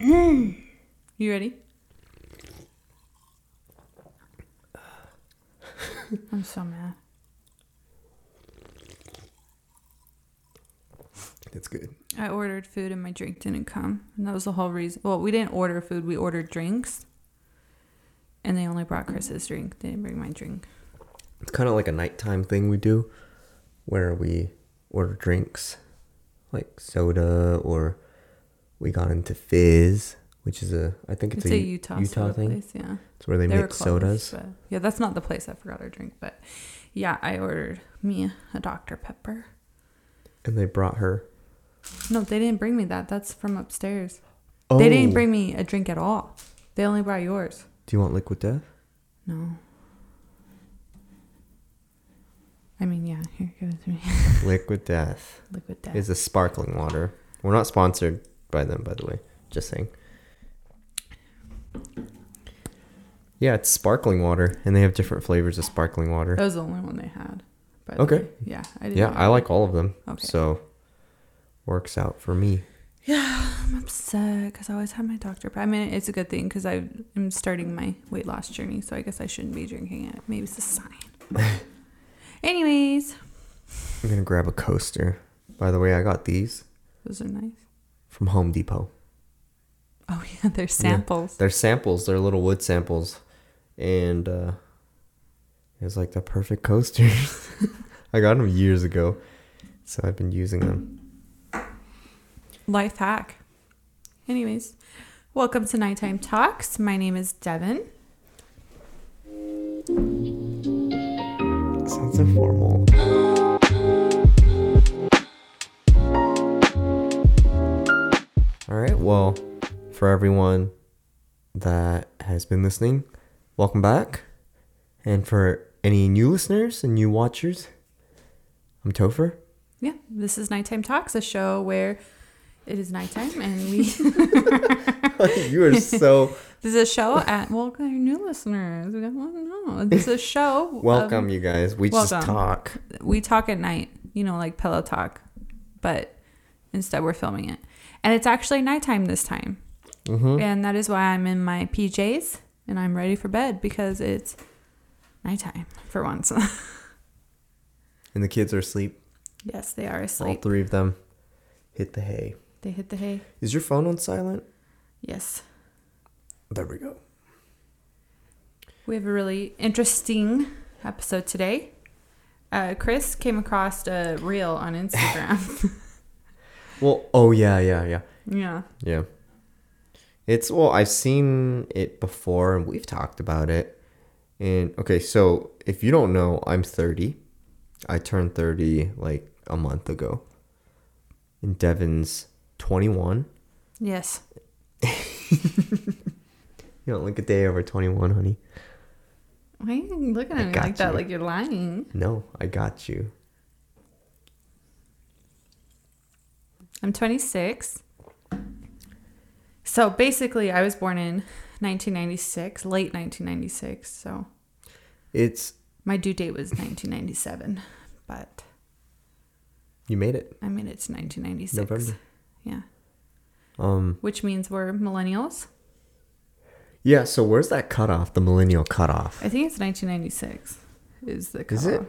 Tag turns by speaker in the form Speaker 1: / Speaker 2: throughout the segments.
Speaker 1: You ready? I'm so mad.
Speaker 2: That's good.
Speaker 1: I ordered food and my drink didn't come. And that was the whole reason. Well, we didn't order food, we ordered drinks. And they only brought Chris's drink. They didn't bring my drink.
Speaker 2: It's kind of like a nighttime thing we do where we order drinks like soda or we got into fizz, which is a I think
Speaker 1: It's,
Speaker 2: it's,
Speaker 1: a, Utah,
Speaker 2: Utah
Speaker 1: soda
Speaker 2: thing.
Speaker 1: place, yeah.
Speaker 2: It's where they,
Speaker 1: were
Speaker 2: mix
Speaker 1: closed,
Speaker 2: sodas.
Speaker 1: but- yeah, that's not the place I forgot our drink, but yeah, I ordered me a Dr. Pepper.
Speaker 2: And they brought her.
Speaker 1: No, they didn't bring me that. That's from upstairs.
Speaker 2: Oh,
Speaker 1: They didn't bring me a drink at all. They only brought yours.
Speaker 2: Do you want liquid death?
Speaker 1: No. I mean, yeah, here, give it to me.
Speaker 2: liquid death
Speaker 1: Liquid death.
Speaker 2: is a sparkling water. We're not sponsored by them, by the way. Just saying. Yeah, it's sparkling water, and they have different flavors of sparkling water.
Speaker 1: that was the only one they had. by the
Speaker 2: Okay.
Speaker 1: way. Yeah, I didn't
Speaker 2: Yeah,
Speaker 1: know.
Speaker 2: I like all of them.
Speaker 1: Okay.
Speaker 2: So works out for me.
Speaker 1: I'm upset because I always have my Dr. Pepper. I mean, it's a good thing because I'm starting my weight loss journey, so I guess I shouldn't be drinking it. Maybe it's a sign. Anyways,
Speaker 2: I'm gonna grab a coaster. By the way, I got these
Speaker 1: those are nice.
Speaker 2: from Home Depot.
Speaker 1: Oh yeah, they're samples.
Speaker 2: They're samples. They're little wood samples, and uh, it was like the perfect coasters. I got them years ago, so I've been using them.
Speaker 1: Life hack. Anyways, welcome to Nighttime Talks. My name is Devin.
Speaker 2: Sounds informal. All right. Well, for everyone that has been listening, welcome back. And for any new listeners and new watchers, I'm Topher.
Speaker 1: Yeah, this is Nighttime Talks, a show where it is nighttime and we.
Speaker 2: you are so
Speaker 1: this is a show at. Well, our new listeners. We don't know. This is a show. of-
Speaker 2: welcome, you guys. We just
Speaker 1: welcome.
Speaker 2: talk.
Speaker 1: we talk at night, you know, like pillow talk, but instead we're filming it. And it's actually nighttime this time.
Speaker 2: Mhm.
Speaker 1: And that is why I'm in my PJs and I'm ready for bed because it's nighttime for once.
Speaker 2: And the kids are asleep.
Speaker 1: yes, they are
Speaker 2: All
Speaker 1: asleep.
Speaker 2: three of them hit the hay.
Speaker 1: they hit the hay.
Speaker 2: Is your phone on silent?
Speaker 1: Yes.
Speaker 2: There we go.
Speaker 1: We have a really interesting episode today. Uh, Chris came across a reel on Instagram.
Speaker 2: Well, oh yeah, yeah, yeah.
Speaker 1: yeah.
Speaker 2: Yeah. It's well, I've seen it before and we've talked about it. And okay, so if you don't know, I'm 30. I turned 30 like a month ago. And Devin's 21.
Speaker 1: Yes.
Speaker 2: You don't look a day over 21, honey.
Speaker 1: Why are you looking
Speaker 2: I
Speaker 1: at me
Speaker 2: got
Speaker 1: like that?
Speaker 2: you.
Speaker 1: Like you're lying.
Speaker 2: No, I got you.
Speaker 1: I'm 26. So basically, I was born in 1996, late 1996. So
Speaker 2: It's
Speaker 1: my due date was 1997, but
Speaker 2: you made it.
Speaker 1: I mean it's 1996.
Speaker 2: November.
Speaker 1: Yeah,
Speaker 2: Um
Speaker 1: which means we're millennials.
Speaker 2: yeah, so where's that cutoff, the millennial cutoff?
Speaker 1: I think it's 1996 is the
Speaker 2: Is it?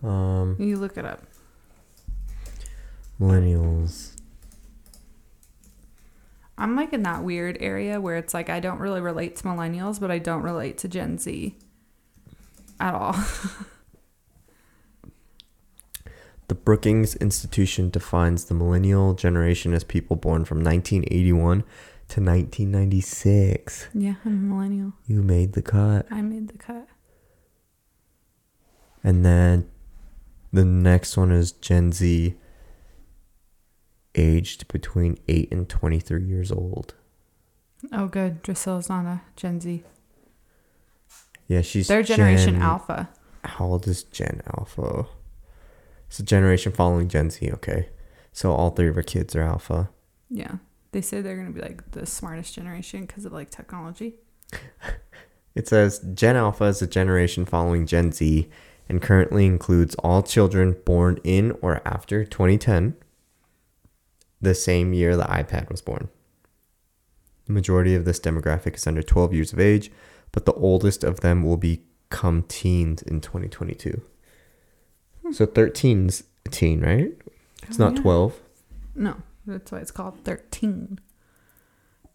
Speaker 1: cutoff.
Speaker 2: Um
Speaker 1: You look it up.
Speaker 2: millennials.
Speaker 1: I'm like in that weird area where it's like I don't really relate to millennials, but I don't relate to Gen Z at all.
Speaker 2: The Brookings Institution defines the millennial generation as people born from 1981 to 1996.
Speaker 1: yeah, I'm a millennial.
Speaker 2: You made the cut.
Speaker 1: I made the cut.
Speaker 2: And then the next one is Gen Z, aged between 8 and 23 years old.
Speaker 1: Oh, good. Drusilla's not a Gen Z.
Speaker 2: Yeah, she's
Speaker 1: Their generation
Speaker 2: Gen-
Speaker 1: alpha.
Speaker 2: How old is Gen Alpha? It's a generation following Gen Z, okay. So all three of her kids are Alpha.
Speaker 1: Yeah. They say they're going to be like the smartest generation because of like technology.
Speaker 2: It says Gen Alpha is a generation following Gen Z and currently includes all children born in or after 2010, the same year the iPad was born. The majority of this demographic is under 12 years of age, but the oldest of them will become teens in 2022. So 13's a teen, right? It's
Speaker 1: Oh,
Speaker 2: not
Speaker 1: yeah.
Speaker 2: 12.
Speaker 1: No, that's why it's called 13.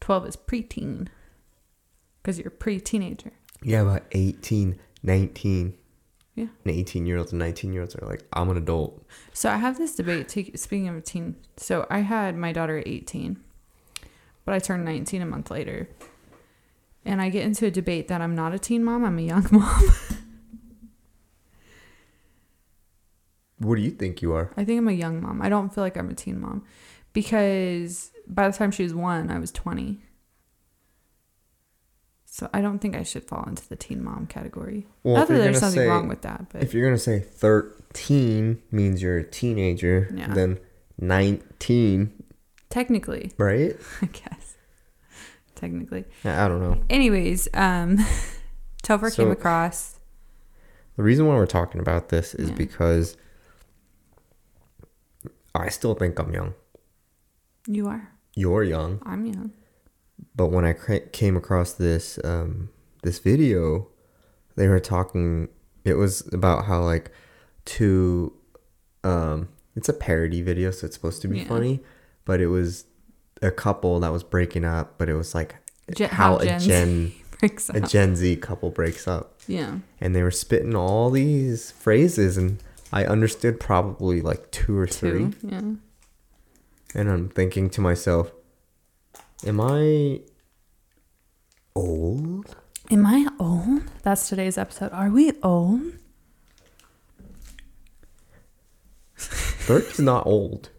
Speaker 1: 12 is preteen because you're pre teenager.
Speaker 2: Yeah, about 18, 19.
Speaker 1: Yeah.
Speaker 2: And 18 year olds and 19 year olds are like, I'm an adult.
Speaker 1: So I have this debate. To, speaking of teen, so I had my daughter at 18, but I turned 19 a month later. And I get into a debate that I'm not a teen mom, I'm a young mom.
Speaker 2: What do you think you are?
Speaker 1: I think I'm a young mom. I don't feel like I'm a teen mom because by the time she was one, I was 20. So I don't think I should fall into the teen mom category.
Speaker 2: Well, if
Speaker 1: Not that
Speaker 2: you're
Speaker 1: there's
Speaker 2: gonna
Speaker 1: something
Speaker 2: say-
Speaker 1: wrong with that, but
Speaker 2: If you're going to say 13 means you're a teenager,
Speaker 1: Yeah.
Speaker 2: then 19,
Speaker 1: technically,
Speaker 2: right?
Speaker 1: I guess. Technically.
Speaker 2: I I don't know.
Speaker 1: Anyways, um Topher
Speaker 2: So-
Speaker 1: came across
Speaker 2: The reason why we're talking about this is
Speaker 1: Yeah.
Speaker 2: because I still think I'm young.
Speaker 1: you are.
Speaker 2: You're young,
Speaker 1: I'm young.
Speaker 2: but when I cra- came across this um, this video, they were talking. It was about how like to um, it's a parody video, so it's supposed to be
Speaker 1: Yeah.
Speaker 2: funny, but it was a couple that was breaking up, but it was like
Speaker 1: Gen- how
Speaker 2: how,
Speaker 1: Gen
Speaker 2: a
Speaker 1: Z
Speaker 2: gen
Speaker 1: Breaks
Speaker 2: a
Speaker 1: up.
Speaker 2: Gen Z couple breaks up.
Speaker 1: yeah.
Speaker 2: and they were spitting all these phrases and i understood probably like two or three
Speaker 1: Two. Yeah.
Speaker 2: and i'm thinking to myself am i old
Speaker 1: Am I old? That's today's episode. Are we old?
Speaker 2: 30's not old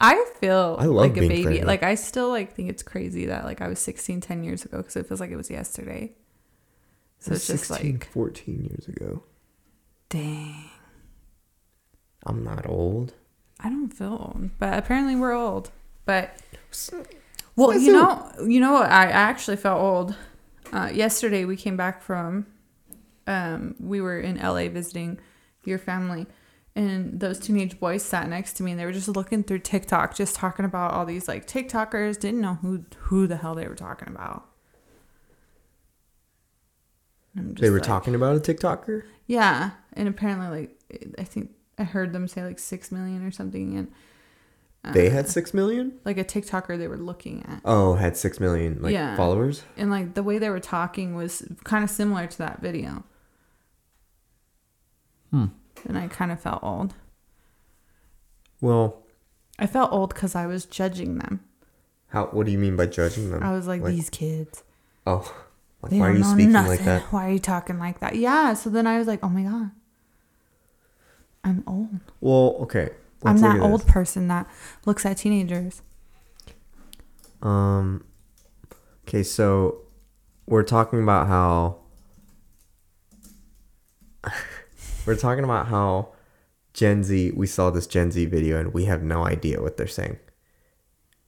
Speaker 1: I feel
Speaker 2: I love
Speaker 1: like a
Speaker 2: being
Speaker 1: baby.
Speaker 2: pregnant.
Speaker 1: Like I still like think it's crazy that like I was 16 10 years ago because it feels like it was yesterday. So it's just
Speaker 2: 16,
Speaker 1: like
Speaker 2: 14 years ago
Speaker 1: dang.
Speaker 2: i'm not old
Speaker 1: I don't feel old, but apparently we're old. But
Speaker 2: S-
Speaker 1: well,
Speaker 2: What's
Speaker 1: you know, you know, what? I I actually felt old. Uh, yesterday we came back from, um, we were in LA visiting your family, and those teenage boys sat next to me, and they were just looking through TikTok, just talking about all these like TikTokers. Didn't know who who the hell they were talking about. I'm
Speaker 2: they
Speaker 1: just
Speaker 2: were
Speaker 1: like-
Speaker 2: talking about a tiktoker
Speaker 1: yeah, and apparently, like I think I heard them say like six million or something, and uh,
Speaker 2: they had 6 million
Speaker 1: like a TikToker they were looking at,
Speaker 2: oh had 6 million like
Speaker 1: Yeah.
Speaker 2: followers
Speaker 1: and like the way they were talking was kind of similar to that video.
Speaker 2: Hmm.
Speaker 1: And I kind of felt old.
Speaker 2: well
Speaker 1: I felt old because I was judging them.
Speaker 2: how what do you mean by judging them
Speaker 1: I was like,
Speaker 2: Like-
Speaker 1: these kids.
Speaker 2: oh like,
Speaker 1: They
Speaker 2: why are
Speaker 1: don't
Speaker 2: you
Speaker 1: know
Speaker 2: speaking
Speaker 1: nothing.
Speaker 2: like that
Speaker 1: Why are you talking like that? Yeah. So then I was like, oh my god, I'm old.
Speaker 2: well okay
Speaker 1: I'm
Speaker 2: let's look
Speaker 1: that
Speaker 2: at this.
Speaker 1: old person that looks at teenagers.
Speaker 2: Um. Okay, so we're talking about how we're talking about how Gen Z. We saw this Gen Z video and we have no idea what they're saying.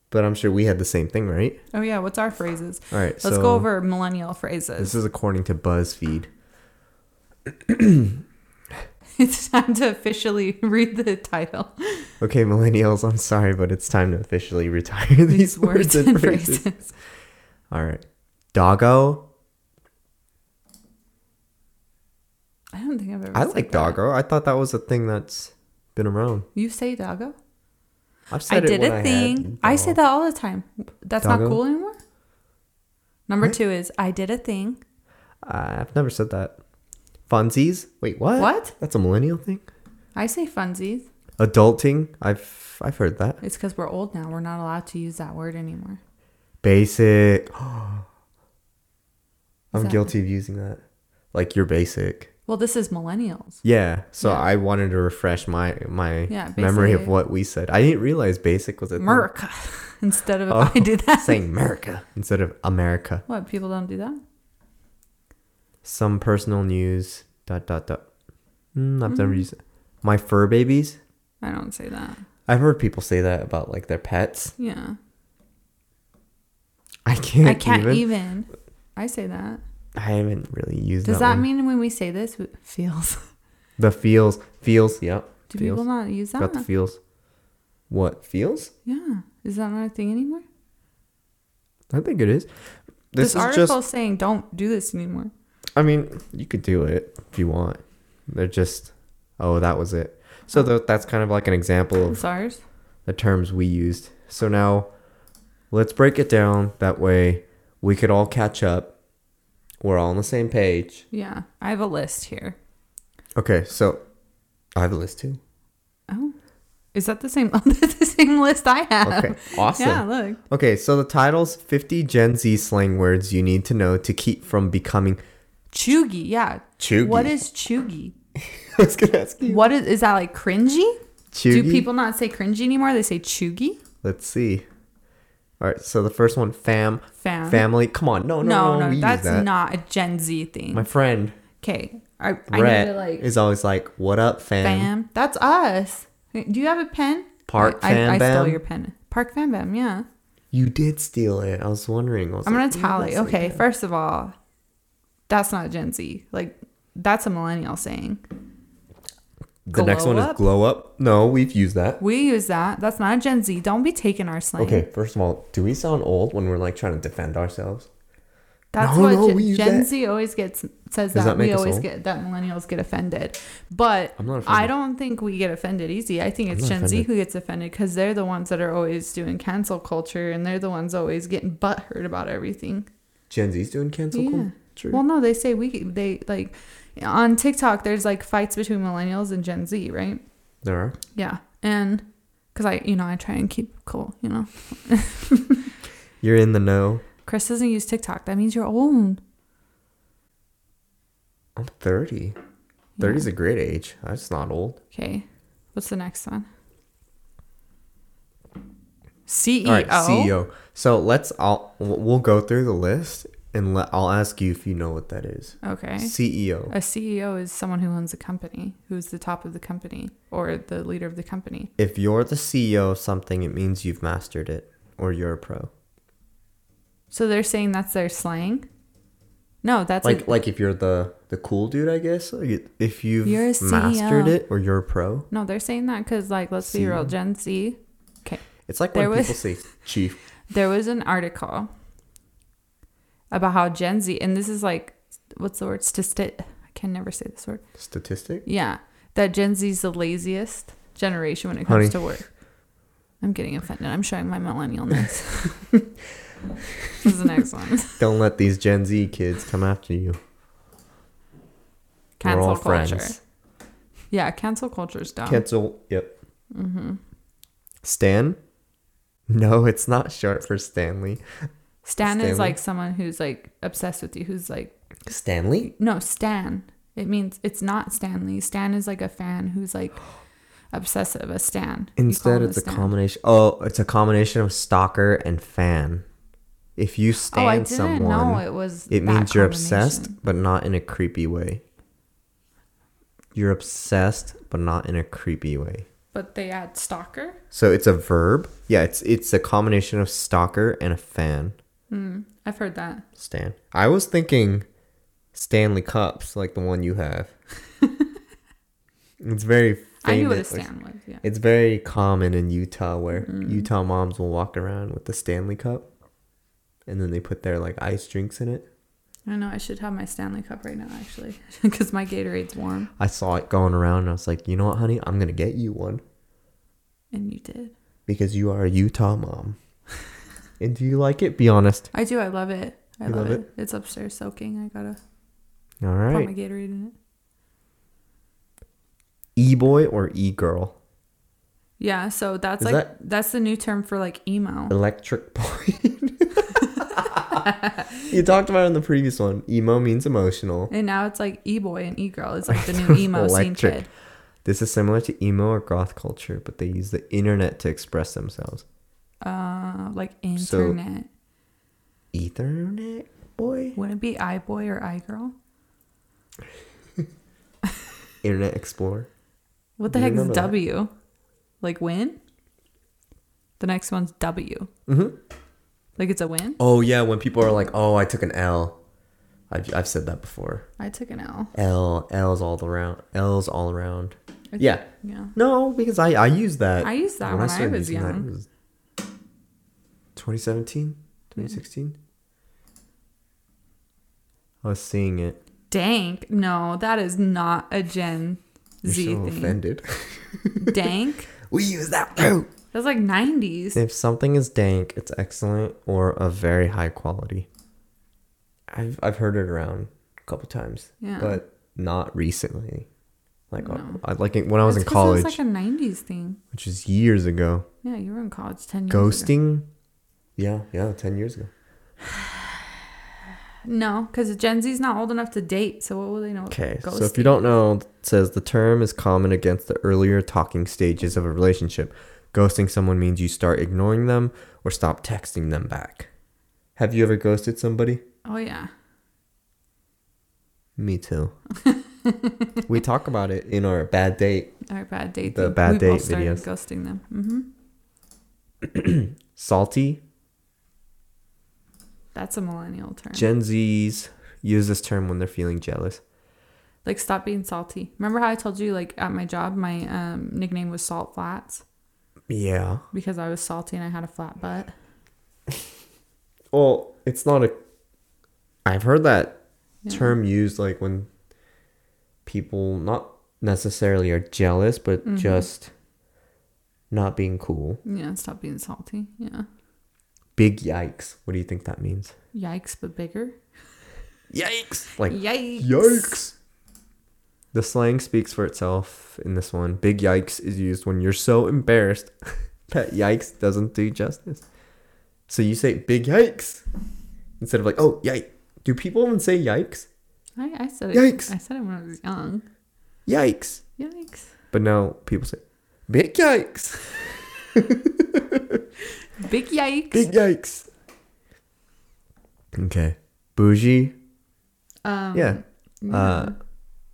Speaker 2: But I'm sure we had the same thing, right?
Speaker 1: Oh yeah, what's our phrases?
Speaker 2: All right.
Speaker 1: Let's
Speaker 2: so
Speaker 1: go over millennial phrases.
Speaker 2: This is according to BuzzFeed.
Speaker 1: It's time to officially read the title.
Speaker 2: Okay, millennials, I'm sorry, but it's time to officially retire these,
Speaker 1: These words and phrases.
Speaker 2: All right. Doggo.
Speaker 1: I don't think I've ever.
Speaker 2: I
Speaker 1: said that.
Speaker 2: like doggo. I thought that was a thing that's been around.
Speaker 1: You say doggo.
Speaker 2: I've
Speaker 1: I
Speaker 2: said it
Speaker 1: did
Speaker 2: when
Speaker 1: a
Speaker 2: had
Speaker 1: thing. I say
Speaker 2: dog.
Speaker 1: that all the time. That's
Speaker 2: Doggo?
Speaker 1: not cool anymore. Number
Speaker 2: What?
Speaker 1: two is I did a thing.
Speaker 2: Uh, I've never said that. Funsies? Wait, what?
Speaker 1: What?
Speaker 2: That's a millennial thing.
Speaker 1: I say funsies.
Speaker 2: Adulting? I've I've heard that.
Speaker 1: It's because we're old now. We're not allowed to use that word anymore.
Speaker 2: Basic. I'm
Speaker 1: that-
Speaker 2: guilty of using that. Like you're basic.
Speaker 1: Well, this is millennials.
Speaker 2: Yeah. So
Speaker 1: Yeah.
Speaker 2: I wanted to refresh my my
Speaker 1: Yeah,
Speaker 2: memory of
Speaker 1: basic.
Speaker 2: what we said. I didn't realize basic was a thing.
Speaker 1: America instead of
Speaker 2: Oh,
Speaker 1: I did that.
Speaker 2: saying America instead of America.
Speaker 1: What people don't do that?
Speaker 2: Some personal news. Dot dot dot. Mm, I've
Speaker 1: Mm-hmm.
Speaker 2: never used it. My fur babies.
Speaker 1: I don't say that.
Speaker 2: I've heard people say that about like their pets.
Speaker 1: Yeah,
Speaker 2: I can't.
Speaker 1: I can't
Speaker 2: even.
Speaker 1: even. I say that.
Speaker 2: I haven't really used.
Speaker 1: Does that
Speaker 2: one.
Speaker 1: mean when we say this, it feels?
Speaker 2: the feels? Feels. Yep.
Speaker 1: Do
Speaker 2: feels.
Speaker 1: people not use that?
Speaker 2: Got the feels. What feels?
Speaker 1: Yeah. Is that not a thing anymore?
Speaker 2: I think it is.
Speaker 1: This,
Speaker 2: This, is
Speaker 1: article's
Speaker 2: just.
Speaker 1: saying don't do this anymore.
Speaker 2: I mean, you could do it if you want. They're just. Oh, that was it. So tho- that's kind of like an example of
Speaker 1: SARS.
Speaker 2: the terms we used. So now let's break it down. That way we could all catch up. We're all on the same page.
Speaker 1: Yeah. I have a list here.
Speaker 2: Okay, so I have a list too.
Speaker 1: Oh. Is that the same that's the same list I have?
Speaker 2: Okay, awesome.
Speaker 1: Yeah, look.
Speaker 2: Okay, so the title's 50 Gen Z slang words you need to know to keep from becoming.
Speaker 1: Chuggy, yeah.
Speaker 2: Chuggy.
Speaker 1: What is chuggy?
Speaker 2: I was gonna ask you.
Speaker 1: What is is that like cringy? Do
Speaker 2: Chuggy?
Speaker 1: people not say cringy anymore? They say chuggy?
Speaker 2: Let's see. All right, so the first one, fam,
Speaker 1: Fam.
Speaker 2: family. Come on, no,
Speaker 1: No,
Speaker 2: no, no,
Speaker 1: no,
Speaker 2: we use
Speaker 1: that's
Speaker 2: that.
Speaker 1: not a Gen Z thing.
Speaker 2: My friend
Speaker 1: Okay. I, I need to
Speaker 2: Brett
Speaker 1: like
Speaker 2: is always like, "What up, fam?"
Speaker 1: Bam. That's us. Do you have a pen?
Speaker 2: Park
Speaker 1: I,
Speaker 2: Fam
Speaker 1: I, I
Speaker 2: Bam?
Speaker 1: stole your pen. Park Fam Bam, yeah.
Speaker 2: You did steal it. I was wondering. I was
Speaker 1: I'm gonna
Speaker 2: like, "Yeah,
Speaker 1: tally.
Speaker 2: that's like
Speaker 1: Okay,
Speaker 2: that."
Speaker 1: first of all, that's not Gen Z. Like that's a millennial saying.
Speaker 2: The next
Speaker 1: glow
Speaker 2: one
Speaker 1: up?
Speaker 2: is glow up. No, we've used that.
Speaker 1: We use that. That's not a Gen Z. Don't be taking our slang.
Speaker 2: Okay, first of all, do we sound old when we're like trying to defend ourselves?
Speaker 1: That's
Speaker 2: No,
Speaker 1: what
Speaker 2: no,
Speaker 1: Gen,
Speaker 2: we use
Speaker 1: Gen
Speaker 2: that.
Speaker 1: Z always gets says
Speaker 2: Does
Speaker 1: that,
Speaker 2: that make
Speaker 1: we
Speaker 2: us
Speaker 1: always
Speaker 2: old?
Speaker 1: get that millennials get offended. But
Speaker 2: I'm not offended.
Speaker 1: I don't think we get offended easy. I think it's
Speaker 2: not
Speaker 1: Gen Z
Speaker 2: offended.
Speaker 1: who gets offended because they're the ones that are always doing cancel culture and they're the ones always getting butthurt about everything.
Speaker 2: Gen Z's doing cancel
Speaker 1: Yeah.
Speaker 2: culture.
Speaker 1: Well, no, they say we they like on TikTok. There's like fights between millennials and Gen Z, right?
Speaker 2: there are.
Speaker 1: Yeah, and because I you know I try and keep cool. You know,
Speaker 2: You're in the know.
Speaker 1: Chris doesn't use TikTok. That means you're old.
Speaker 2: I'm 30.
Speaker 1: Yeah.
Speaker 2: 30 is a great age. That's not old.
Speaker 1: Okay, what's the next one? CEO.
Speaker 2: All right, E CEO. So let's all we'll we'll go through the list and let I'll ask you if you know what that is. E
Speaker 1: Okay. Uh,
Speaker 2: CEO.
Speaker 1: a CEO is someone who owns a company, who's the top of the company or the leader of the company.
Speaker 2: If you're the CEO of something, it means you've mastered it or you're a pro.
Speaker 1: So they're saying that's their slang. No, that's
Speaker 2: like
Speaker 1: a,
Speaker 2: like if you're the the cool dude, I guess. Like, If you've
Speaker 1: You're a E
Speaker 2: mastered
Speaker 1: CEO.
Speaker 2: it or you're a pro,
Speaker 1: no. They're saying that because like let's be
Speaker 2: E
Speaker 1: real, Gen Z. Okay.
Speaker 2: it's like
Speaker 1: There
Speaker 2: when
Speaker 1: was-
Speaker 2: people say chief.
Speaker 1: there was an article about how Gen Z, and this is like, what's the word? Statistic. I can never say this word.
Speaker 2: Statistic.
Speaker 1: Yeah, that Gen Z is the laziest generation when it
Speaker 2: Honey.
Speaker 1: comes to work. I'm getting offended. I'm showing my millennialness. this is the next one.
Speaker 2: Don't let these Gen Z kids come after you. We're
Speaker 1: Cancel
Speaker 2: all
Speaker 1: culture.
Speaker 2: friends.
Speaker 1: Yeah, cancel culture is dumb.
Speaker 2: Cancel. Yep. Mm-hmm. Stan. No, it's not short for Stanley.
Speaker 1: Stan
Speaker 2: Stanley.
Speaker 1: is like someone who's like obsessed with you, who's like
Speaker 2: Stanley.
Speaker 1: No, Stan. It means it's not Stanley. Stan is like a fan who's like obsessive. A Stan. You call
Speaker 2: Instead,
Speaker 1: him
Speaker 2: it's a
Speaker 1: stan.
Speaker 2: combination. Oh, it's a combination of stalker and fan. If you
Speaker 1: Oh, I didn't
Speaker 2: stan someone,
Speaker 1: know it was.
Speaker 2: It
Speaker 1: that
Speaker 2: means you're obsessed,
Speaker 1: combination.
Speaker 2: but not in a creepy way. You're obsessed, but not in a creepy way.
Speaker 1: But they add stalker.
Speaker 2: So it's a verb. Yeah, it's it's a combination of stalker and a fan.
Speaker 1: I've heard that.
Speaker 2: Stan. I was thinking Stanley cups, like the one you have. it's very famous.
Speaker 1: I knew what a Stan Mm-hmm. was. Yeah.
Speaker 2: It's very common in Utah where Utah moms will walk around with the Stanley cup and then they put their like ice drinks in it.
Speaker 1: I know. I should have my Stanley cup right now, actually, because my Gatorade's warm,
Speaker 2: I saw it going around and I was like, "You know what, honey? I'm going to get you one."
Speaker 1: and you did.
Speaker 2: because you are a Utah mom. and do you like it? Be honest.
Speaker 1: I do. I love it. I
Speaker 2: You
Speaker 1: love,
Speaker 2: love
Speaker 1: it. It's upstairs soaking. I gotta
Speaker 2: All
Speaker 1: put my
Speaker 2: right.
Speaker 1: Gatorade in it.
Speaker 2: E boy or e girl?
Speaker 1: Yeah. So that's
Speaker 2: Is
Speaker 1: like
Speaker 2: that-
Speaker 1: that's the new term for like emo.
Speaker 2: Electric boy. you talked about it in the previous one. Emo means emotional.
Speaker 1: And now it's like e boy and e girl. It's like the new emo scene
Speaker 2: Electric.
Speaker 1: kid.
Speaker 2: This is similar to emo or goth culture, but they use the internet to express themselves.
Speaker 1: Uh, like
Speaker 2: So-
Speaker 1: internet.
Speaker 2: Ethernet boy?
Speaker 1: Wouldn't it be i boy or i girl?
Speaker 2: Internet explorer.
Speaker 1: What the
Speaker 2: Do you
Speaker 1: heck is
Speaker 2: remember that?
Speaker 1: W? Like win? The next one's W.
Speaker 2: Mhm.
Speaker 1: Like it's a win.
Speaker 2: Oh, yeah, when people are like, oh, I took an L. I've, I've said that before.
Speaker 1: I took an L.
Speaker 2: L, L's all around. L's all around.
Speaker 1: It's-
Speaker 2: Yeah.
Speaker 1: Yeah.
Speaker 2: No, because I I used that.
Speaker 1: I used that when I
Speaker 2: started
Speaker 1: was
Speaker 2: using that,
Speaker 1: young.
Speaker 2: it was 2017, 2016. I was seeing it.
Speaker 1: Dank? No, that is not a Gen
Speaker 2: You're
Speaker 1: Z
Speaker 2: so
Speaker 1: thing.
Speaker 2: offended.
Speaker 1: Dank?
Speaker 2: we use that too.
Speaker 1: That's like 90s.
Speaker 2: If something is dank, it's excellent or of very high quality. I've I've heard it around a couple times,
Speaker 1: Yeah.
Speaker 2: but not recently. Like uh,
Speaker 1: No.
Speaker 2: I, like it when I was
Speaker 1: That's
Speaker 2: in
Speaker 1: 'cause
Speaker 2: college,
Speaker 1: It was like a 90s thing.
Speaker 2: which is years ago.
Speaker 1: Yeah, you were in college 10 years ago.
Speaker 2: Ghosting. Yeah, yeah, ten years ago.
Speaker 1: No, because Gen Z's not old enough to date, so what will they know? what
Speaker 2: Okay, so if
Speaker 1: ghosting
Speaker 2: you don't know, it says the term is common against the earlier talking stages of a relationship. Ghosting someone means you start ignoring them or stop texting them back. Have you ever ghosted somebody?
Speaker 1: Oh, yeah.
Speaker 2: Me too. we talk about it in our bad date.
Speaker 1: Our bad date.
Speaker 2: The
Speaker 1: thing.
Speaker 2: bad
Speaker 1: we both
Speaker 2: date
Speaker 1: started
Speaker 2: videos.
Speaker 1: ghosting them. hmm
Speaker 2: Salty.
Speaker 1: That's a millennial term.
Speaker 2: Gen Zs use this term when they're feeling jealous.
Speaker 1: like, stop being salty. Remember how I told you, like, at my job, my um, nickname was Salt Flats
Speaker 2: Yeah.
Speaker 1: because I was salty and I had a flat butt?
Speaker 2: Well, it's not a. I've heard that
Speaker 1: Yeah.
Speaker 2: term used like when people not necessarily are jealous, but just not being cool.
Speaker 1: Yeah, stop being salty. Yeah.
Speaker 2: Big yikes. What do you think that means?
Speaker 1: Yikes, but bigger.
Speaker 2: Yikes! Like,
Speaker 1: Yikes.
Speaker 2: Yikes! The slang speaks for itself in this one. Big yikes is used when you're so embarrassed that yikes doesn't do justice. So you say big yikes instead of like, oh, yike. Do people even say yikes?
Speaker 1: I, I said it.
Speaker 2: Yikes.
Speaker 1: I said it when I was young.
Speaker 2: Yikes.
Speaker 1: Yikes.
Speaker 2: But now people say, big yikes.
Speaker 1: Big yikes.
Speaker 2: Big yikes. Okay. Bougie.
Speaker 1: um,
Speaker 2: yeah.
Speaker 1: yeah.
Speaker 2: Uh,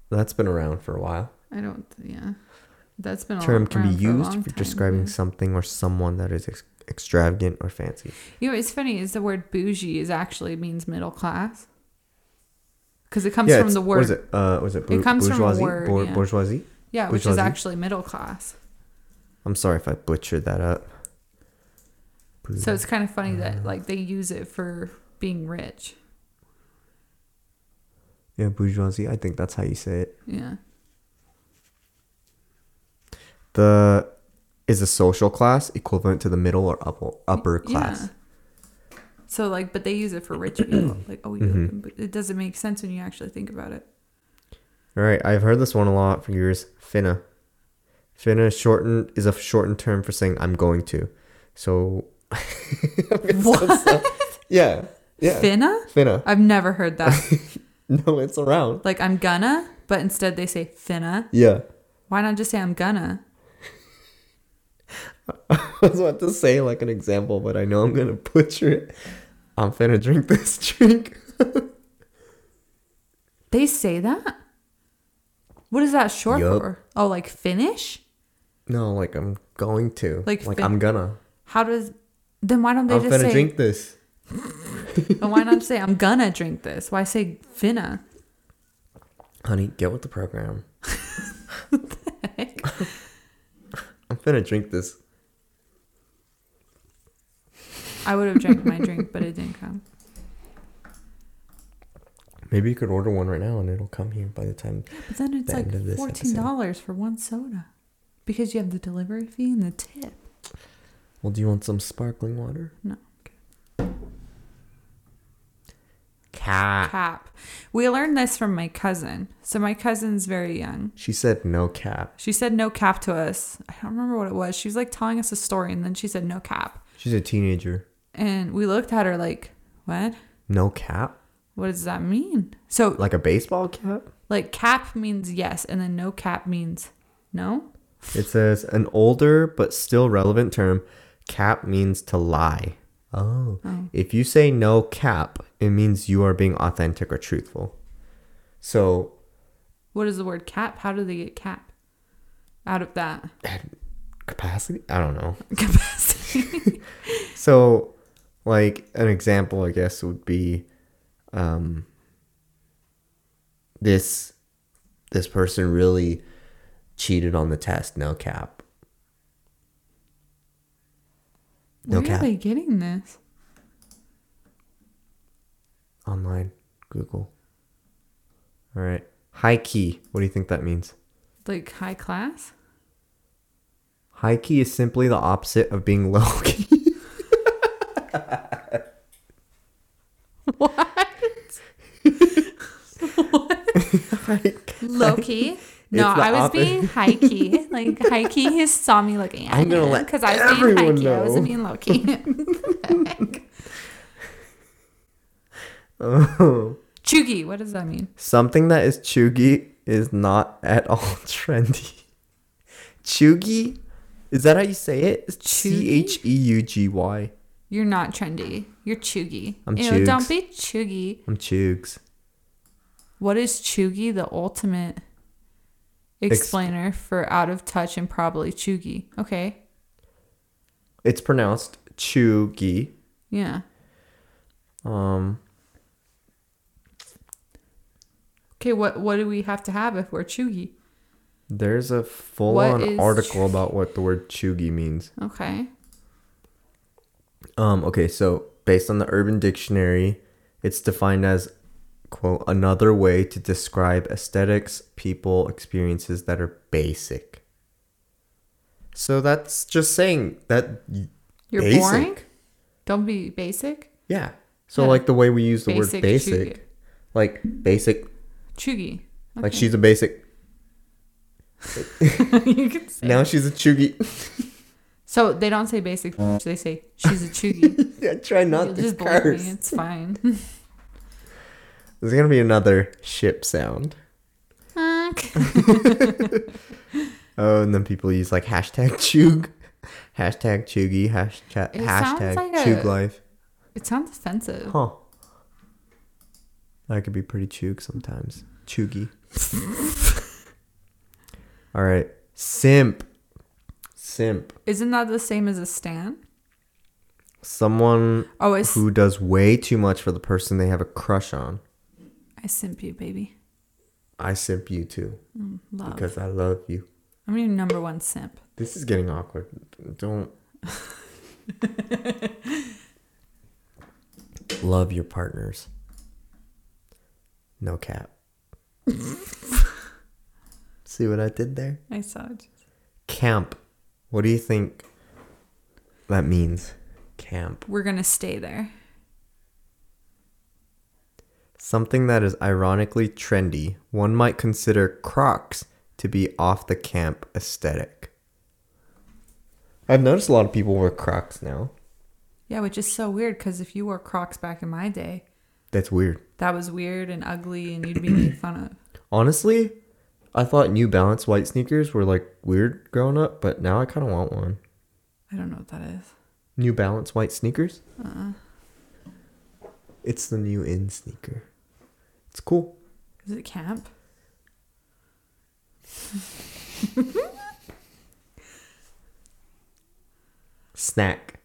Speaker 2: that's been around for a while.
Speaker 1: I don't. Yeah. That's been Oh, a
Speaker 2: term can be used for, describing
Speaker 1: describing.
Speaker 2: something or someone that is ex- extravagant or fancy.
Speaker 1: You know, it's funny. Is the word bougie is actually means middle class? Because it comes from
Speaker 2: it's-
Speaker 1: the
Speaker 2: what is
Speaker 1: word.
Speaker 2: it? Uh, was it, bou-
Speaker 1: comes from a
Speaker 2: bourgeoisie?
Speaker 1: word,
Speaker 2: Bour-
Speaker 1: yeah.
Speaker 2: Bourgeoisie?
Speaker 1: Yeah, which is
Speaker 2: bourgeoisie?
Speaker 1: actually middle class.
Speaker 2: I'm sorry if I butchered that up.
Speaker 1: So it's kind of funny that like they use it for being rich.
Speaker 2: yeah, bourgeoisie. I think that's how you say it.
Speaker 1: Yeah.
Speaker 2: The is a social class equivalent to the middle or upper upper
Speaker 1: Yeah.
Speaker 2: class.
Speaker 1: So like, but they use it for rich people. Like, oh, you
Speaker 2: Mm-hmm.
Speaker 1: but it doesn't make sense when you actually think about it.
Speaker 2: All right, I've heard this one a lot for years. Finna. Finna is shortened is a shortened term for saying I'm going to. So
Speaker 1: What?
Speaker 2: yeah, yeah.
Speaker 1: Finna?
Speaker 2: Finna.
Speaker 1: I've never heard that.
Speaker 2: No, it's around.
Speaker 1: like, I'm gonna, but instead they say finna.
Speaker 2: Yeah,
Speaker 1: Why not just say I'm gonna?
Speaker 2: I was about to say like an example, but I know I'm gonna butcher it. I'm finna drink this drink.
Speaker 1: They say that? What is that short
Speaker 2: Yup.
Speaker 1: for? Oh, like finish?
Speaker 2: No, like I'm going to.
Speaker 1: Like
Speaker 2: Like, like
Speaker 1: fin-
Speaker 2: I'm gonna.
Speaker 1: How does. Then why don't they
Speaker 2: I'm
Speaker 1: just
Speaker 2: finna
Speaker 1: say.
Speaker 2: drink this.
Speaker 1: Then why not say I'm gonna drink this? Why say finna?
Speaker 2: Honey, get with the program. I'm finna drink this.
Speaker 1: I would have drank my drink, but it didn't come.
Speaker 2: Maybe you could order one right now and it'll come here by the time.
Speaker 1: But then it's
Speaker 2: The
Speaker 1: like
Speaker 2: end of this
Speaker 1: $14 for one soda because you have the delivery fee and the tip.
Speaker 2: Well, do you want some sparkling water?
Speaker 1: No.
Speaker 2: Cat.
Speaker 1: Cap. We learned this from my cousin. So my cousin's very young.
Speaker 2: She said no cap.
Speaker 1: She said no cap to us. I don't remember what it was. She was like telling us a story and then she said no cap.
Speaker 2: She's a teenager.
Speaker 1: And we looked at her like, what?
Speaker 2: No cap?
Speaker 1: What does that mean? So like,
Speaker 2: Like a baseball cap?
Speaker 1: cap means yes and then no cap means no.
Speaker 2: It says an older but still relevant term, cap means to lie. Oh. If you say no cap, it means you are being authentic or truthful. So,
Speaker 1: What is the word cap? How do they get cap? Out of that
Speaker 2: capacity? I don't know.
Speaker 1: capacity.
Speaker 2: So, like an example, I guess would be, um, this this person really cheated on the test. No cap. No
Speaker 1: Where
Speaker 2: cap.
Speaker 1: are they getting this?
Speaker 2: Online. Google. All right. High key. What do you think that means?
Speaker 1: Like high class?
Speaker 2: High key is simply the opposite of being low key. what?
Speaker 3: Low key.
Speaker 2: No,
Speaker 3: No,
Speaker 2: the I
Speaker 3: I
Speaker 2: was
Speaker 3: was
Speaker 2: opposite. being
Speaker 3: being high key. Like high key, he saw me looking at
Speaker 2: I'm gonna him, let
Speaker 3: because I was being high
Speaker 2: everyone
Speaker 3: key. I
Speaker 2: know.
Speaker 3: wasn't being low key.
Speaker 2: Oh.
Speaker 1: Chugi, what does that mean?
Speaker 2: Something that is chuggy is not at all trendy. Chuggy? Is that how you say it? C H E U G Y.
Speaker 1: You're not trendy. You're chuggy.
Speaker 2: I'm
Speaker 1: Ew,
Speaker 2: chugs.
Speaker 1: don't be chuggy.
Speaker 2: I'm chugs.
Speaker 1: What is chuggy? The ultimate explainer for out of touch and probably chuggy. Okay.
Speaker 2: It's pronounced chuggy.
Speaker 1: Yeah.
Speaker 2: Um,
Speaker 1: Okay, what what do we have to have if we're chuggy?
Speaker 2: there's a
Speaker 1: What
Speaker 2: full-on
Speaker 1: is
Speaker 2: article
Speaker 1: chuggy?
Speaker 2: about what the word chuggy means.
Speaker 1: Okay.
Speaker 2: Um, okay, so based on the Urban Dictionary, it's defined as quote another way to describe aesthetics, people, experiences that are basic. So that's just saying that y-
Speaker 1: You're
Speaker 2: basic.
Speaker 1: boring? Don't be basic.
Speaker 2: Yeah. So
Speaker 1: Yeah.
Speaker 2: like the way we use the word
Speaker 1: Basic
Speaker 2: basic,
Speaker 1: chuggy.
Speaker 2: like basic,
Speaker 1: Chuggy. Okay.
Speaker 2: like she's a basic.
Speaker 1: you can say.
Speaker 2: Now she's a chuggy.
Speaker 1: So they don't say basic. They say she's a chuggy.
Speaker 2: yeah, try
Speaker 1: You'll
Speaker 2: not to
Speaker 1: just believe
Speaker 2: curse.
Speaker 1: me. It's fine.
Speaker 2: There's gonna be another ship sound. Oh, and then people use like hashtag chug, hashtag chuggy, hashtag
Speaker 1: It sounds
Speaker 2: hashtag
Speaker 1: like
Speaker 2: chug
Speaker 1: a-
Speaker 2: life.
Speaker 1: it sounds offensive.
Speaker 2: Huh. That could be pretty chug sometimes. Chuggy. All right, simp, simp.
Speaker 1: Isn't that the same as a stan?
Speaker 2: Someone
Speaker 1: Oh, I, s-
Speaker 2: who does way too much for the person they have a crush on.
Speaker 1: I simp you, baby.
Speaker 2: I simp you too
Speaker 1: Love.
Speaker 2: because I love you.
Speaker 1: I'm your number one simp.
Speaker 2: This is getting awkward. Don't. Love your partners. No cap. See what I did there?
Speaker 1: I saw it.
Speaker 2: Camp. What do you think that means? Camp.
Speaker 1: We're gonna stay there.
Speaker 2: Something that is ironically trendy. One might consider Crocs to be off the camp aesthetic. I've noticed a lot of people wear Crocs now.
Speaker 1: Yeah, which is so weird because if you wore Crocs back in my day,
Speaker 2: That's weird.
Speaker 1: that was weird and ugly, and you'd be made fun of.
Speaker 2: Honestly, I thought New Balance white sneakers were like weird growing up, but now I kind of want one.
Speaker 1: I don't know what that is.
Speaker 2: New Balance white sneakers? Uh-uh. It's the new in sneaker. It's cool.
Speaker 1: Is it camp?
Speaker 2: Snack.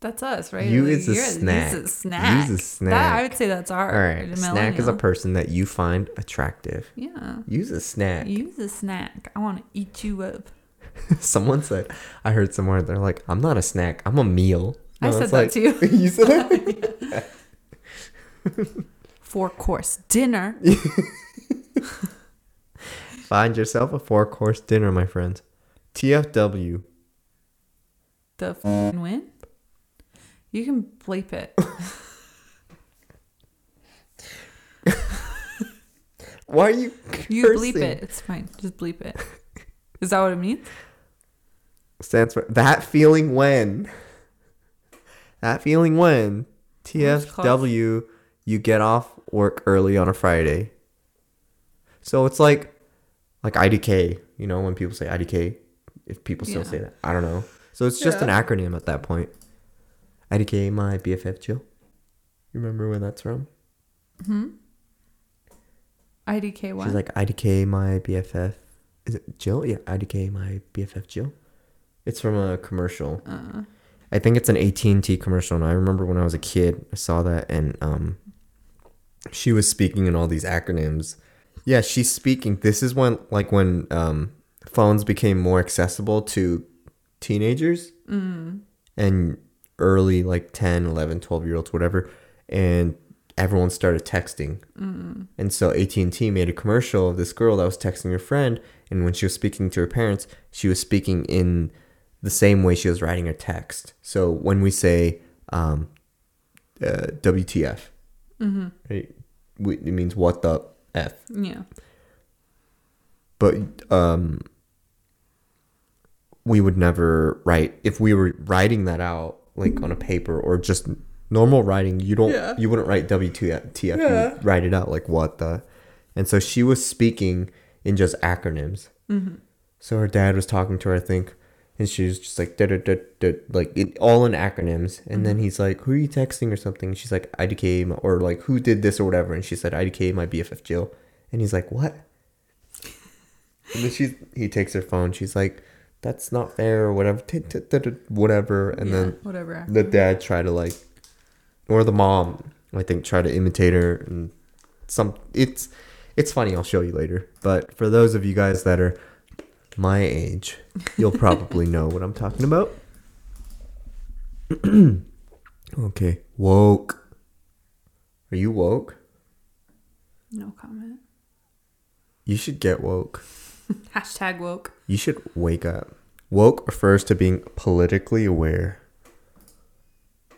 Speaker 1: That's us, right?
Speaker 2: You is a
Speaker 1: you're
Speaker 2: snack.
Speaker 1: You's a snack.
Speaker 2: You's a
Speaker 1: That, I
Speaker 2: snack.
Speaker 1: would say that's our.
Speaker 2: All right.
Speaker 1: the
Speaker 2: Snack is a
Speaker 1: millennial.
Speaker 2: person that you find attractive.
Speaker 1: Yeah.
Speaker 2: Use a snack.
Speaker 1: Use a snack. I want to eat you up.
Speaker 2: Someone said, I heard somewhere, they're like, I'm not a snack, I'm a meal.
Speaker 1: I said
Speaker 2: it's
Speaker 1: that to you.
Speaker 2: you said that?
Speaker 1: Four course dinner.
Speaker 2: Find yourself a four course dinner, my friends. TFW.
Speaker 1: the f win. You can bleep it.
Speaker 2: Why are you
Speaker 1: You
Speaker 2: cursing?
Speaker 1: bleep it. It's fine. Just bleep it. Is that what it means?
Speaker 2: stands for that feeling when that feeling when TFW you get off work early on a Friday. So it's like like IDK, you know, when people say IDK, if people still
Speaker 1: Yeah.
Speaker 2: say that. I don't know. So it's just an acronym at that point. IDK my BFF chill. You remember where that's from?
Speaker 1: IDK one.
Speaker 2: She's like IDK my BFF. Is it Jill? Yeah, IDK my BFF Jill. It's from a commercial. I think it's an AT and T commercial, and I remember when I was a kid, I saw that, and um, she was speaking in all these acronyms. Yeah, she's speaking. This is when, like, when um, phones became more accessible to teenagers and early like 10 11 12 year olds whatever and everyone started texting and so AT&T made a commercial of this girl that was texting her friend and when she was speaking to her parents she was speaking in the same way she was writing her text so when we say um, uh, WTF right we, it means what the f
Speaker 1: Yeah.
Speaker 2: but um we would never write if we were writing that out like on a paper or just normal writing you don't
Speaker 1: Yeah.
Speaker 2: you wouldn't write wtf you would write it out like what the and so she was speaking in just acronyms so her dad was talking to her i think and she was just like da da da da like it, all in acronyms and then he's like who are you texting or something she's like idk my-" or like who did this or whatever and she said idk my bff jill and he's like what and then she he takes her phone. She's like, "That's not fair," or whatever, t- t- t- t- whatever. And
Speaker 1: yeah.
Speaker 2: then
Speaker 1: whatever.
Speaker 2: the dad try to like, or the mom, I think, try to imitate her. And some it's it's funny. I'll show you later. But for those of you guys that are my age, you'll probably know what I'm talking about. okay, woke. Are you woke?
Speaker 1: No comment.
Speaker 2: You should get woke.
Speaker 1: Hashtag woke.
Speaker 2: You should wake up. Woke refers to being politically aware.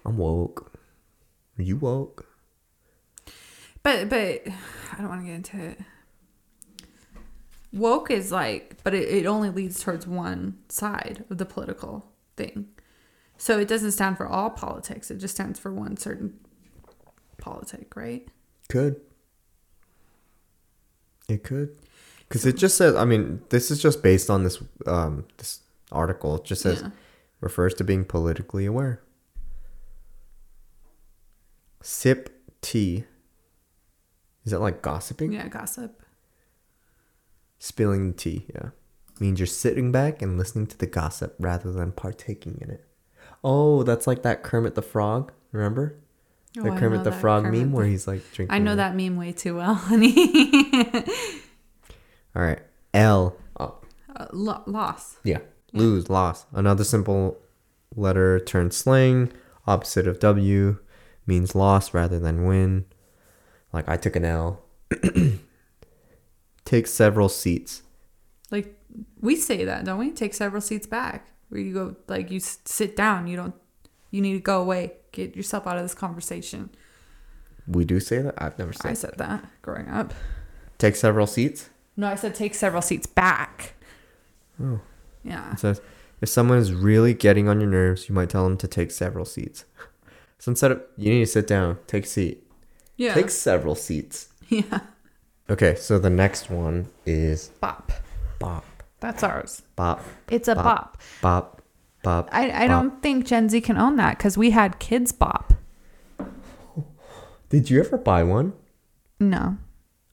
Speaker 2: I'm woke. Are you woke?
Speaker 1: But but I don't want to get into it. Woke is like, but it, it only leads towards one side of the political thing. So it doesn't stand for all politics. It just stands for one certain politic, right?
Speaker 2: Could. It could. Because it just says, I mean, this is just based on this um, this article. It just says,
Speaker 1: Yeah.
Speaker 2: refers to being politically aware. Sip tea. Is that like gossiping?
Speaker 1: Yeah, gossip.
Speaker 2: Spilling the tea, yeah. Means you're sitting back and listening to the gossip rather than partaking in it. Oh, that's like that Kermit the Frog, remember?
Speaker 1: Oh,
Speaker 2: The
Speaker 1: I
Speaker 2: Kermit
Speaker 1: know
Speaker 2: the
Speaker 1: that
Speaker 2: Frog
Speaker 1: Kermit
Speaker 2: meme
Speaker 1: the-
Speaker 2: where he's like drinking.
Speaker 1: I know
Speaker 2: it.
Speaker 1: that meme way too well, honey.
Speaker 2: All right. L. Oh,
Speaker 1: uh, lo- loss.
Speaker 2: yeah. Lose, loss. Another simple letter turned slang, opposite of W, means loss rather than win. Like I took an L. Take several seats.
Speaker 1: Like we say that, don't we? Take several seats back. Where you go, like you s- sit down. You don't. You need to go away. Get yourself out of this conversation.
Speaker 2: We do say that? I've never
Speaker 1: I
Speaker 2: said
Speaker 1: said that growing up.
Speaker 2: Take several seats.
Speaker 1: No, I said take several seats back.
Speaker 2: Oh.
Speaker 1: Yeah.
Speaker 2: It says, if someone is really getting on your nerves, you might tell them to take several seats. So instead of, you need to sit down, take a seat.
Speaker 1: Yeah.
Speaker 2: Take several seats.
Speaker 1: yeah.
Speaker 2: Okay, so the next one is
Speaker 1: Bop.
Speaker 2: bop,
Speaker 1: That's ours.
Speaker 2: bop,
Speaker 3: It's a
Speaker 2: Bop.
Speaker 3: bop.
Speaker 2: bop, bop.
Speaker 3: I, I
Speaker 2: bop.
Speaker 3: don't think Gen Z can own that because we had kids bop.
Speaker 2: Did you ever buy one?
Speaker 3: No.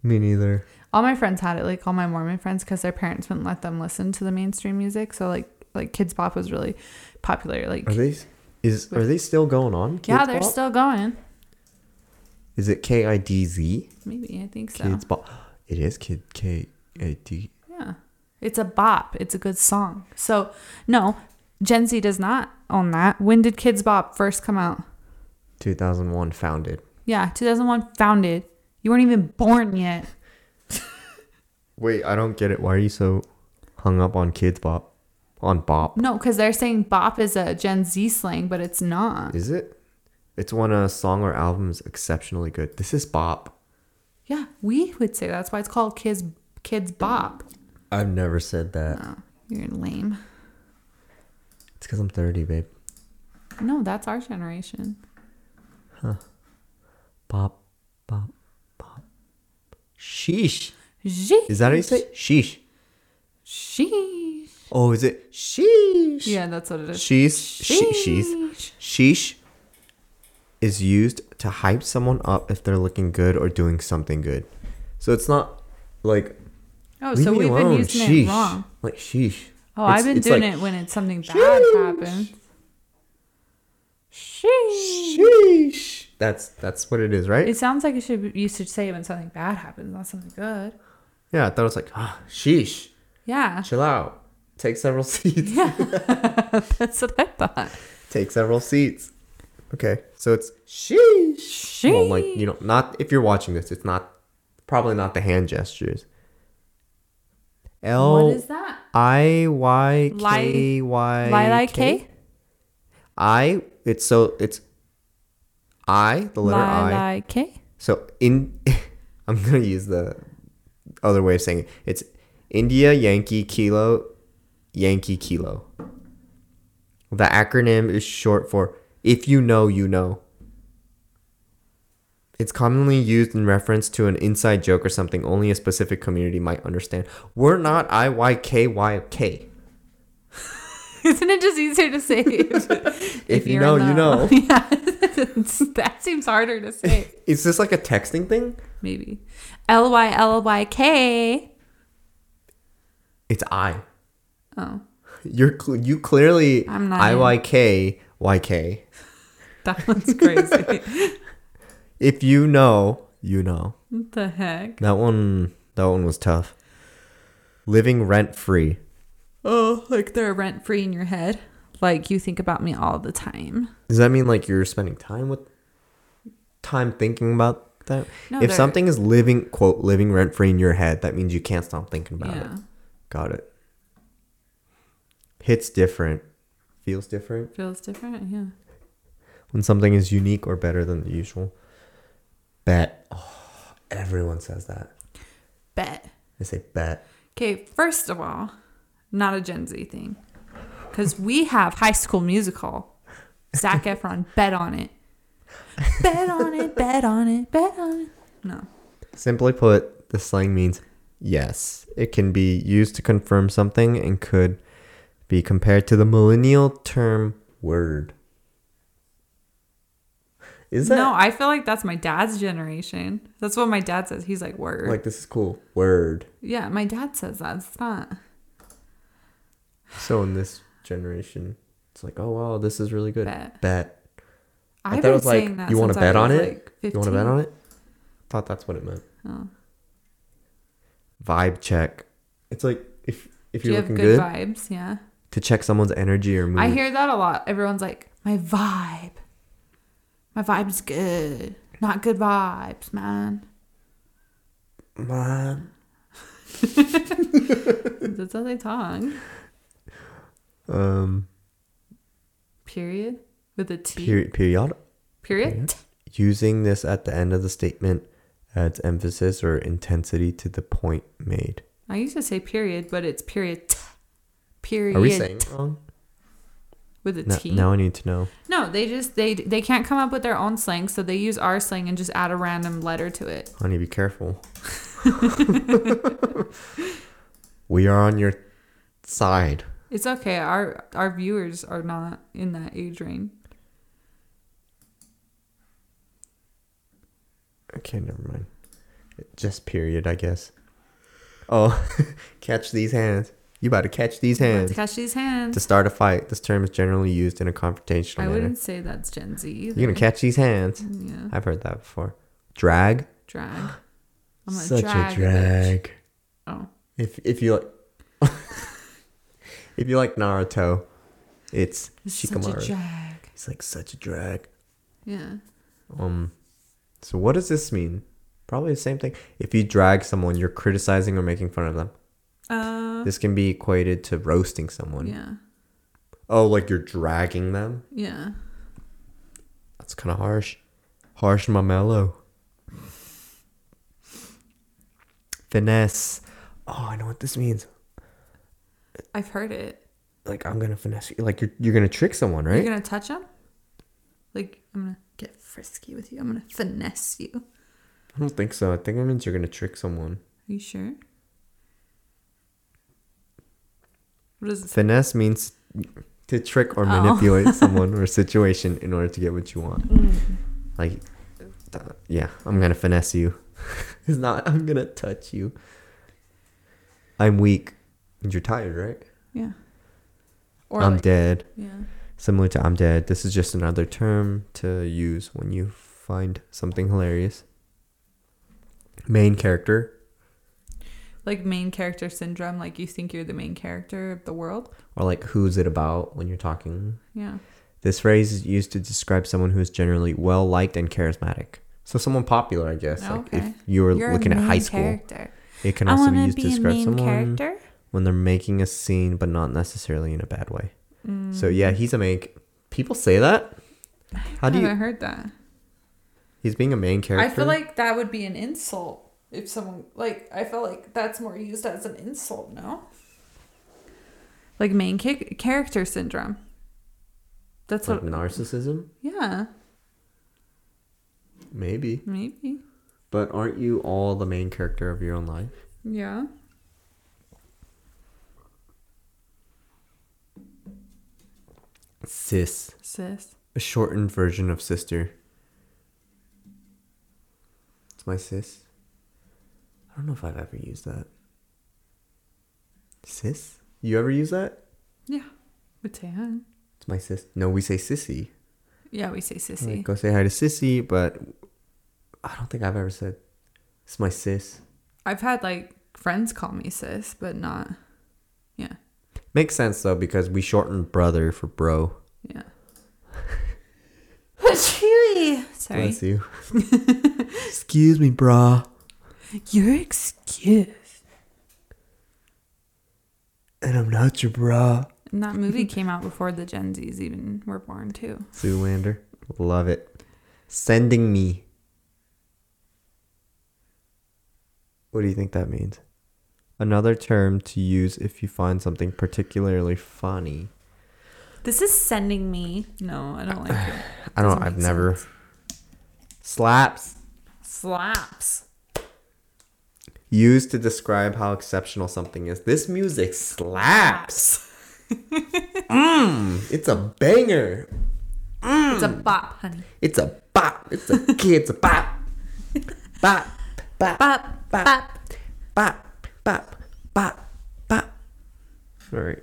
Speaker 2: Me neither.
Speaker 3: All my friends had it, like all my Mormon friends, because their parents wouldn't let them listen to the mainstream music. So like like kids bop was really popular. Like
Speaker 2: Are they? Is are they still going on?
Speaker 3: yeah,
Speaker 2: Kids
Speaker 3: they're
Speaker 2: Bop?
Speaker 3: still going.
Speaker 2: Is it K I D Z?
Speaker 3: Maybe I think so.
Speaker 2: Kids bop. It is kid K A D.
Speaker 3: Yeah. It's a bop. It's a good song. So, no, Gen Z does not own that. When did Kids Bop first come out?
Speaker 2: Two thousand one founded.
Speaker 3: Yeah, 2001 founded. You weren't even born yet.
Speaker 2: Wait, I don't get it. Why are you so hung up on kids bop? On bop.
Speaker 3: No, because they're saying bop is a Gen Z slang, but it's not.
Speaker 2: Is it? It's when a song or album is exceptionally good. This is bop.
Speaker 3: Yeah, we would say that's why it's called Kids Kids Bop.
Speaker 2: I've never said that.
Speaker 3: Oh, you're lame.
Speaker 2: It's because I'm 30, babe.
Speaker 3: No, that's our generation.
Speaker 2: Bop, bop, bop. Sheesh.
Speaker 3: Sheesh.
Speaker 2: Is that how you say? it? Sheesh.
Speaker 3: Sheesh.
Speaker 2: Oh, is it sheesh?
Speaker 3: Yeah, that's what it is.
Speaker 2: Sheesh. She- sheesh.
Speaker 3: Sheesh.
Speaker 2: Sheesh is used to hype someone up if they're looking good or doing something good. So it's not like.
Speaker 3: Oh,
Speaker 2: leave
Speaker 3: so
Speaker 2: me
Speaker 3: we've been
Speaker 2: alone,
Speaker 3: using
Speaker 2: sheesh.
Speaker 3: it wrong.
Speaker 2: Like sheesh.
Speaker 3: Oh,
Speaker 2: It's-
Speaker 3: I've been
Speaker 2: it's
Speaker 3: doing
Speaker 2: like,
Speaker 3: it when it's something bad
Speaker 2: Sheesh.
Speaker 3: happens. Sheesh.
Speaker 2: Sheesh. That's that's what it is, right?
Speaker 3: It sounds like you should you should say it when something bad happens, not something good.
Speaker 2: Yeah, I thought it was like, ah, sheesh.
Speaker 4: Yeah.
Speaker 2: Chill out. Take several seats.
Speaker 1: That's what I thought.
Speaker 2: Take several seats. Okay, so it's sheesh.
Speaker 1: She.
Speaker 2: Well, like you know, not if you're watching this, it's not probably not the hand gestures.
Speaker 4: What
Speaker 2: L
Speaker 4: is that?
Speaker 2: I Y K Y
Speaker 1: Lili K?
Speaker 2: I. It's so it's I the letter I.
Speaker 1: Lili K?
Speaker 2: So in, I'm gonna use the other way of saying it. It's India Yankee Kilo Yankee Kilo. The acronym is short for "If you know, you know." It's commonly used in reference to an inside joke or something only a specific community might understand. We're not I Y K Y K.
Speaker 1: Isn't it just easier to say? if,
Speaker 2: If you
Speaker 1: you're
Speaker 2: know,
Speaker 1: in
Speaker 2: you
Speaker 1: the-
Speaker 2: know.
Speaker 1: yeah. that seems harder to say.
Speaker 2: Is this like a texting thing?
Speaker 1: Maybe. L Y L Y K.
Speaker 2: It's I.
Speaker 1: Oh,
Speaker 2: You're cl- you clearly
Speaker 1: I'm not
Speaker 2: I
Speaker 1: in.
Speaker 2: Y K Y K.
Speaker 1: that one's crazy.
Speaker 2: If you know, you know.
Speaker 1: what the heck?
Speaker 2: That one that one was tough. Living rent free.
Speaker 1: Oh, like they're rent free in your head. Like you think about me all the time.
Speaker 2: Does that mean like you're spending time with time thinking about that?
Speaker 1: No,
Speaker 2: if
Speaker 1: they're-
Speaker 2: something is living quote living rent free in your head, that means you can't stop thinking about
Speaker 1: Yeah.
Speaker 2: it. Got it. Hits different. Feels different
Speaker 1: Feels different. Yeah.
Speaker 2: when something is unique or better than the usual. Bet. Oh, everyone says that.
Speaker 1: Bet.
Speaker 2: They say bet.
Speaker 1: Okay, first of all, not a Gen Z thing. Because we have High School Musical. Zach Efron, bet on it. Bet on it, bet on it, bet on it. No.
Speaker 2: Simply put, the slang means yes. It can be used to confirm something and could be compared to the millennial term word. Is that
Speaker 1: No, I feel like that's my dad's generation. That's what my dad says. He's like, word.
Speaker 2: like this is cool? Word.
Speaker 1: yeah, my dad says that. It's not.
Speaker 2: So in this generation, it's like, oh wow, this is really good.
Speaker 1: Bet.
Speaker 2: Bet.
Speaker 1: I've
Speaker 2: I thought it
Speaker 1: been
Speaker 2: was like,
Speaker 1: saying that
Speaker 2: you want to
Speaker 1: since I
Speaker 2: bet on
Speaker 1: was,
Speaker 2: it?
Speaker 1: like,
Speaker 2: you want to bet
Speaker 1: 15.
Speaker 2: on it? Thought that's what it meant.
Speaker 1: Oh.
Speaker 2: Vibe check. It's like if if
Speaker 1: Do
Speaker 2: you're
Speaker 1: you have
Speaker 2: looking
Speaker 1: good,
Speaker 2: good, Mm.
Speaker 1: vibes? Yeah.
Speaker 2: to check someone's energy or mood.
Speaker 1: I hear that a lot. Everyone's like, my vibe. My vibe's good. Not good vibes, man.
Speaker 2: Man.
Speaker 1: That's how they talk.
Speaker 2: Um,
Speaker 1: Period. With a T.
Speaker 2: peri- period.
Speaker 1: Period.
Speaker 2: Using this at the end of the statement adds emphasis or intensity to the point made.
Speaker 1: I used to say period, but it's period. T. Period.
Speaker 2: Are we saying it wrong?
Speaker 1: With a T.
Speaker 2: No, now I need to know.
Speaker 1: No, they just they they can't come up with their own slang, so they use our slang and just add a random letter to it.
Speaker 2: Honey, be careful. we are on your side.
Speaker 1: It's okay. Our our viewers are not in that age range.
Speaker 2: Okay, never mind. Just period, I guess. Oh, catch these hands. You about to catch these hands.
Speaker 1: Let's catch these hands.
Speaker 2: To start a fight, this term is generally used in a confrontational
Speaker 1: I
Speaker 2: manner.
Speaker 1: wouldn't say that's Gen Z. Either.
Speaker 2: You're gonna catch these hands.
Speaker 1: Yeah.
Speaker 2: I've heard that before. Drag.
Speaker 1: Drag. I'm gonna drag. bitch. Oh.
Speaker 2: If if you like, if you like Naruto, it's
Speaker 1: Such a
Speaker 2: Shikamaru.
Speaker 1: drag.
Speaker 2: He's like such a drag.
Speaker 1: Yeah.
Speaker 2: Um, so what does this mean? Probably the same thing. If you drag someone, you're criticizing or making fun of them.
Speaker 1: Uh.
Speaker 2: This can be equated to roasting someone.
Speaker 1: Yeah.
Speaker 2: Oh, like you're dragging them.
Speaker 1: Yeah.
Speaker 2: That's kind of harsh. Harsh Mamello. Finesse. Oh, I know what this means.
Speaker 1: I've heard it.
Speaker 2: Like I'm gonna finesse you. Like you're you're gonna trick someone, right?
Speaker 1: You're gonna touch them? Like I'm gonna get frisky with you. I'm gonna finesse you. Are
Speaker 2: I don't think so. I think it means you're gonna trick someone.
Speaker 1: you sure? What is
Speaker 2: Finesse means to trick or
Speaker 1: Oh.
Speaker 2: manipulate someone or situation in order to get what you want.
Speaker 1: Mm.
Speaker 2: Like, th- yeah, I'm gonna finesse you. it's not. I'm gonna touch you. I'm weak. And you're tired, right?
Speaker 1: Yeah. Or
Speaker 2: I'm
Speaker 1: like,
Speaker 2: dead.
Speaker 1: yeah.
Speaker 2: Similar to I'm dead. This is just another term to use when you find something hilarious. Main character.
Speaker 1: like main character syndrome, like you think you're the main character of the world.
Speaker 2: Or like, who's it about when you're talking?
Speaker 1: Yeah.
Speaker 2: This phrase is used to describe someone who is generally well liked and charismatic. So someone popular, I guess. Like if
Speaker 1: Okay.
Speaker 2: you were
Speaker 1: You're a
Speaker 2: looking at
Speaker 1: main
Speaker 2: high school,
Speaker 1: character.
Speaker 2: it can
Speaker 1: I
Speaker 2: also be
Speaker 1: wanna
Speaker 2: used to
Speaker 1: be a
Speaker 2: describe
Speaker 1: main
Speaker 2: someone
Speaker 1: character.
Speaker 2: when they're making a scene, but not necessarily in a bad way.
Speaker 1: Mm.
Speaker 2: So yeah, he's a make. People say that. How
Speaker 1: I
Speaker 2: do
Speaker 1: haven't
Speaker 2: you?
Speaker 1: heard that.
Speaker 2: He's being a main character.
Speaker 1: I feel like that would be an insult if someone like I feel like that's more used as an insult, no? Like main ca- character syndrome. That's
Speaker 2: like
Speaker 1: what
Speaker 2: narcissism,
Speaker 1: Yeah,
Speaker 2: maybe.
Speaker 1: maybe.
Speaker 2: But aren't you all the main character of your own life?
Speaker 1: Yeah.
Speaker 2: Sis,
Speaker 1: Sis.
Speaker 2: a shortened version of sister. It's my sis. I don't know if I've ever used that. Sis? You ever use that?
Speaker 1: Yeah. Would say huh?
Speaker 2: It's my sis. No, we say sissy.
Speaker 1: Yeah, we say sissy.
Speaker 2: Like, go say hi to Sissy, but I don't think I've ever said it's my sis.
Speaker 1: I've had like friends call me sis, but not yeah.
Speaker 2: Makes sense though because we shortened brother for bro.
Speaker 1: Yeah. Chewy. Sorry.
Speaker 2: Bless you. Excuse me, brah.
Speaker 1: Your excuse.
Speaker 2: And I'm not your brah.
Speaker 1: And that movie came out before the Gen Zs even were born too.
Speaker 2: Zoolander, love it. Sending me. What do you think that means? Another term to use if you find something particularly funny.
Speaker 1: This is sending me. No, I don't like it.
Speaker 2: I don't.
Speaker 1: Doesn't
Speaker 2: I've
Speaker 1: make
Speaker 2: never. Slaps.
Speaker 1: Slaps.
Speaker 2: used to describe how exceptional something is. This music slaps. mm, it's a banger.
Speaker 1: It's a bop, honey.
Speaker 2: It's a bop. It's a kid's a bop. Bop. Bop. Bop.
Speaker 1: Bop, bop.
Speaker 2: Bop. Bop. Bop. Bop. All right.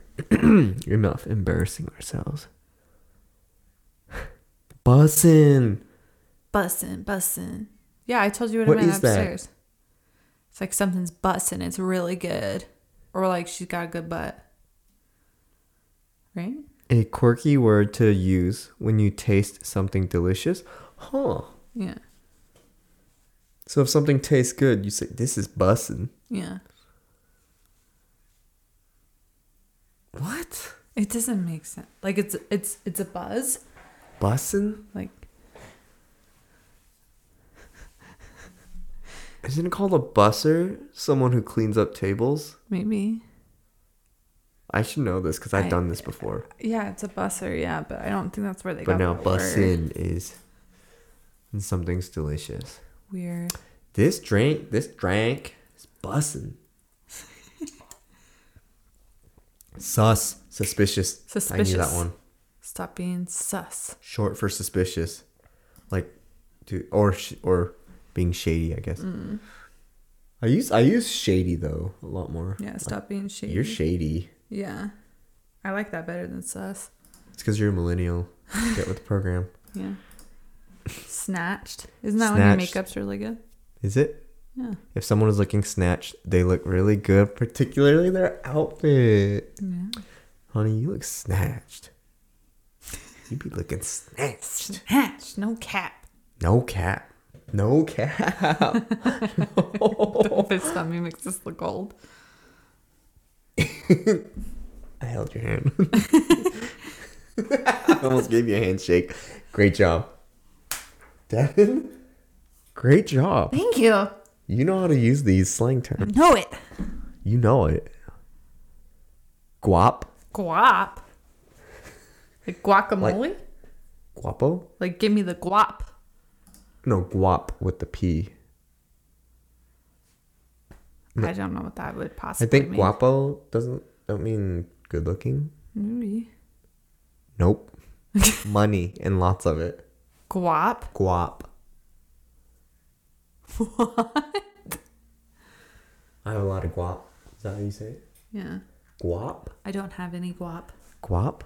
Speaker 2: Enough embarrassing ourselves. Bussin'.
Speaker 1: Bussin', bussin'. Yeah, I told you what,
Speaker 2: What
Speaker 1: I meant
Speaker 2: is that?
Speaker 1: upstairs. It's like something's bussin'. It's really good. Or like she's got a good butt. Right?
Speaker 2: A quirky word to use when you taste something delicious. Huh.
Speaker 1: Yeah.
Speaker 2: So if something tastes good, you say, "This is bussin'."
Speaker 1: Yeah.
Speaker 2: What?
Speaker 1: It doesn't make sense. Like it's it's it's a buzz.
Speaker 2: Bussin'?
Speaker 1: Like
Speaker 2: Isn't it called a busser? Someone who cleans up tables?
Speaker 1: maybe.
Speaker 2: I should know this because I've done this before.
Speaker 1: Yeah, it's a busser, yeah, but I don't think that's where they got
Speaker 2: But now
Speaker 1: that word.
Speaker 2: bussin' is when something's delicious.
Speaker 1: Weird.
Speaker 2: This drink, this drank is bussin'. Sus. Suspicious. I knew
Speaker 1: Suspicious.
Speaker 2: that one.
Speaker 1: Stop being sus.
Speaker 2: Short for suspicious. Like, dude, or, sh- or being shady, I guess.
Speaker 1: Mm.
Speaker 2: I use I use shady though a lot more.
Speaker 1: Yeah, stop being shady.
Speaker 2: You're shady.
Speaker 1: yeah. I like that better than sus.
Speaker 2: It's because you're a millennial. Get with the program.
Speaker 1: Yeah. Snatched. Isn't that when your
Speaker 2: Snatched.
Speaker 1: makeup's really good?
Speaker 2: Is it?
Speaker 1: Yeah.
Speaker 2: If someone is looking snatched, they look really good, particularly their outfit.
Speaker 1: Yeah.
Speaker 2: Honey, you look snatched. You be looking snatched.
Speaker 1: Snatched. No cap.
Speaker 2: No cap. No cap.
Speaker 1: Don't fist on me makes us look old.
Speaker 2: I held your hand. I almost gave you a handshake. Great job. Devin, great job.
Speaker 1: Thank you.
Speaker 2: You know how to use these slang terms.
Speaker 1: Know it.
Speaker 2: You know it. Guap.
Speaker 1: Guap. Like guacamole? Like,
Speaker 2: Guapo?
Speaker 1: give me the guap.
Speaker 2: No, guap with the P.
Speaker 1: I don't know what that would
Speaker 2: I
Speaker 1: possibly
Speaker 2: think
Speaker 1: mean.
Speaker 2: guapo doesn't don't mean good looking.
Speaker 1: Maybe.
Speaker 2: Nope. Money and lots of it.
Speaker 1: Guap.
Speaker 2: Guap. What? I have a lot of guap. Is that how you say it?
Speaker 1: Yeah.
Speaker 2: Guap?
Speaker 1: I don't have any guap.
Speaker 2: Guap?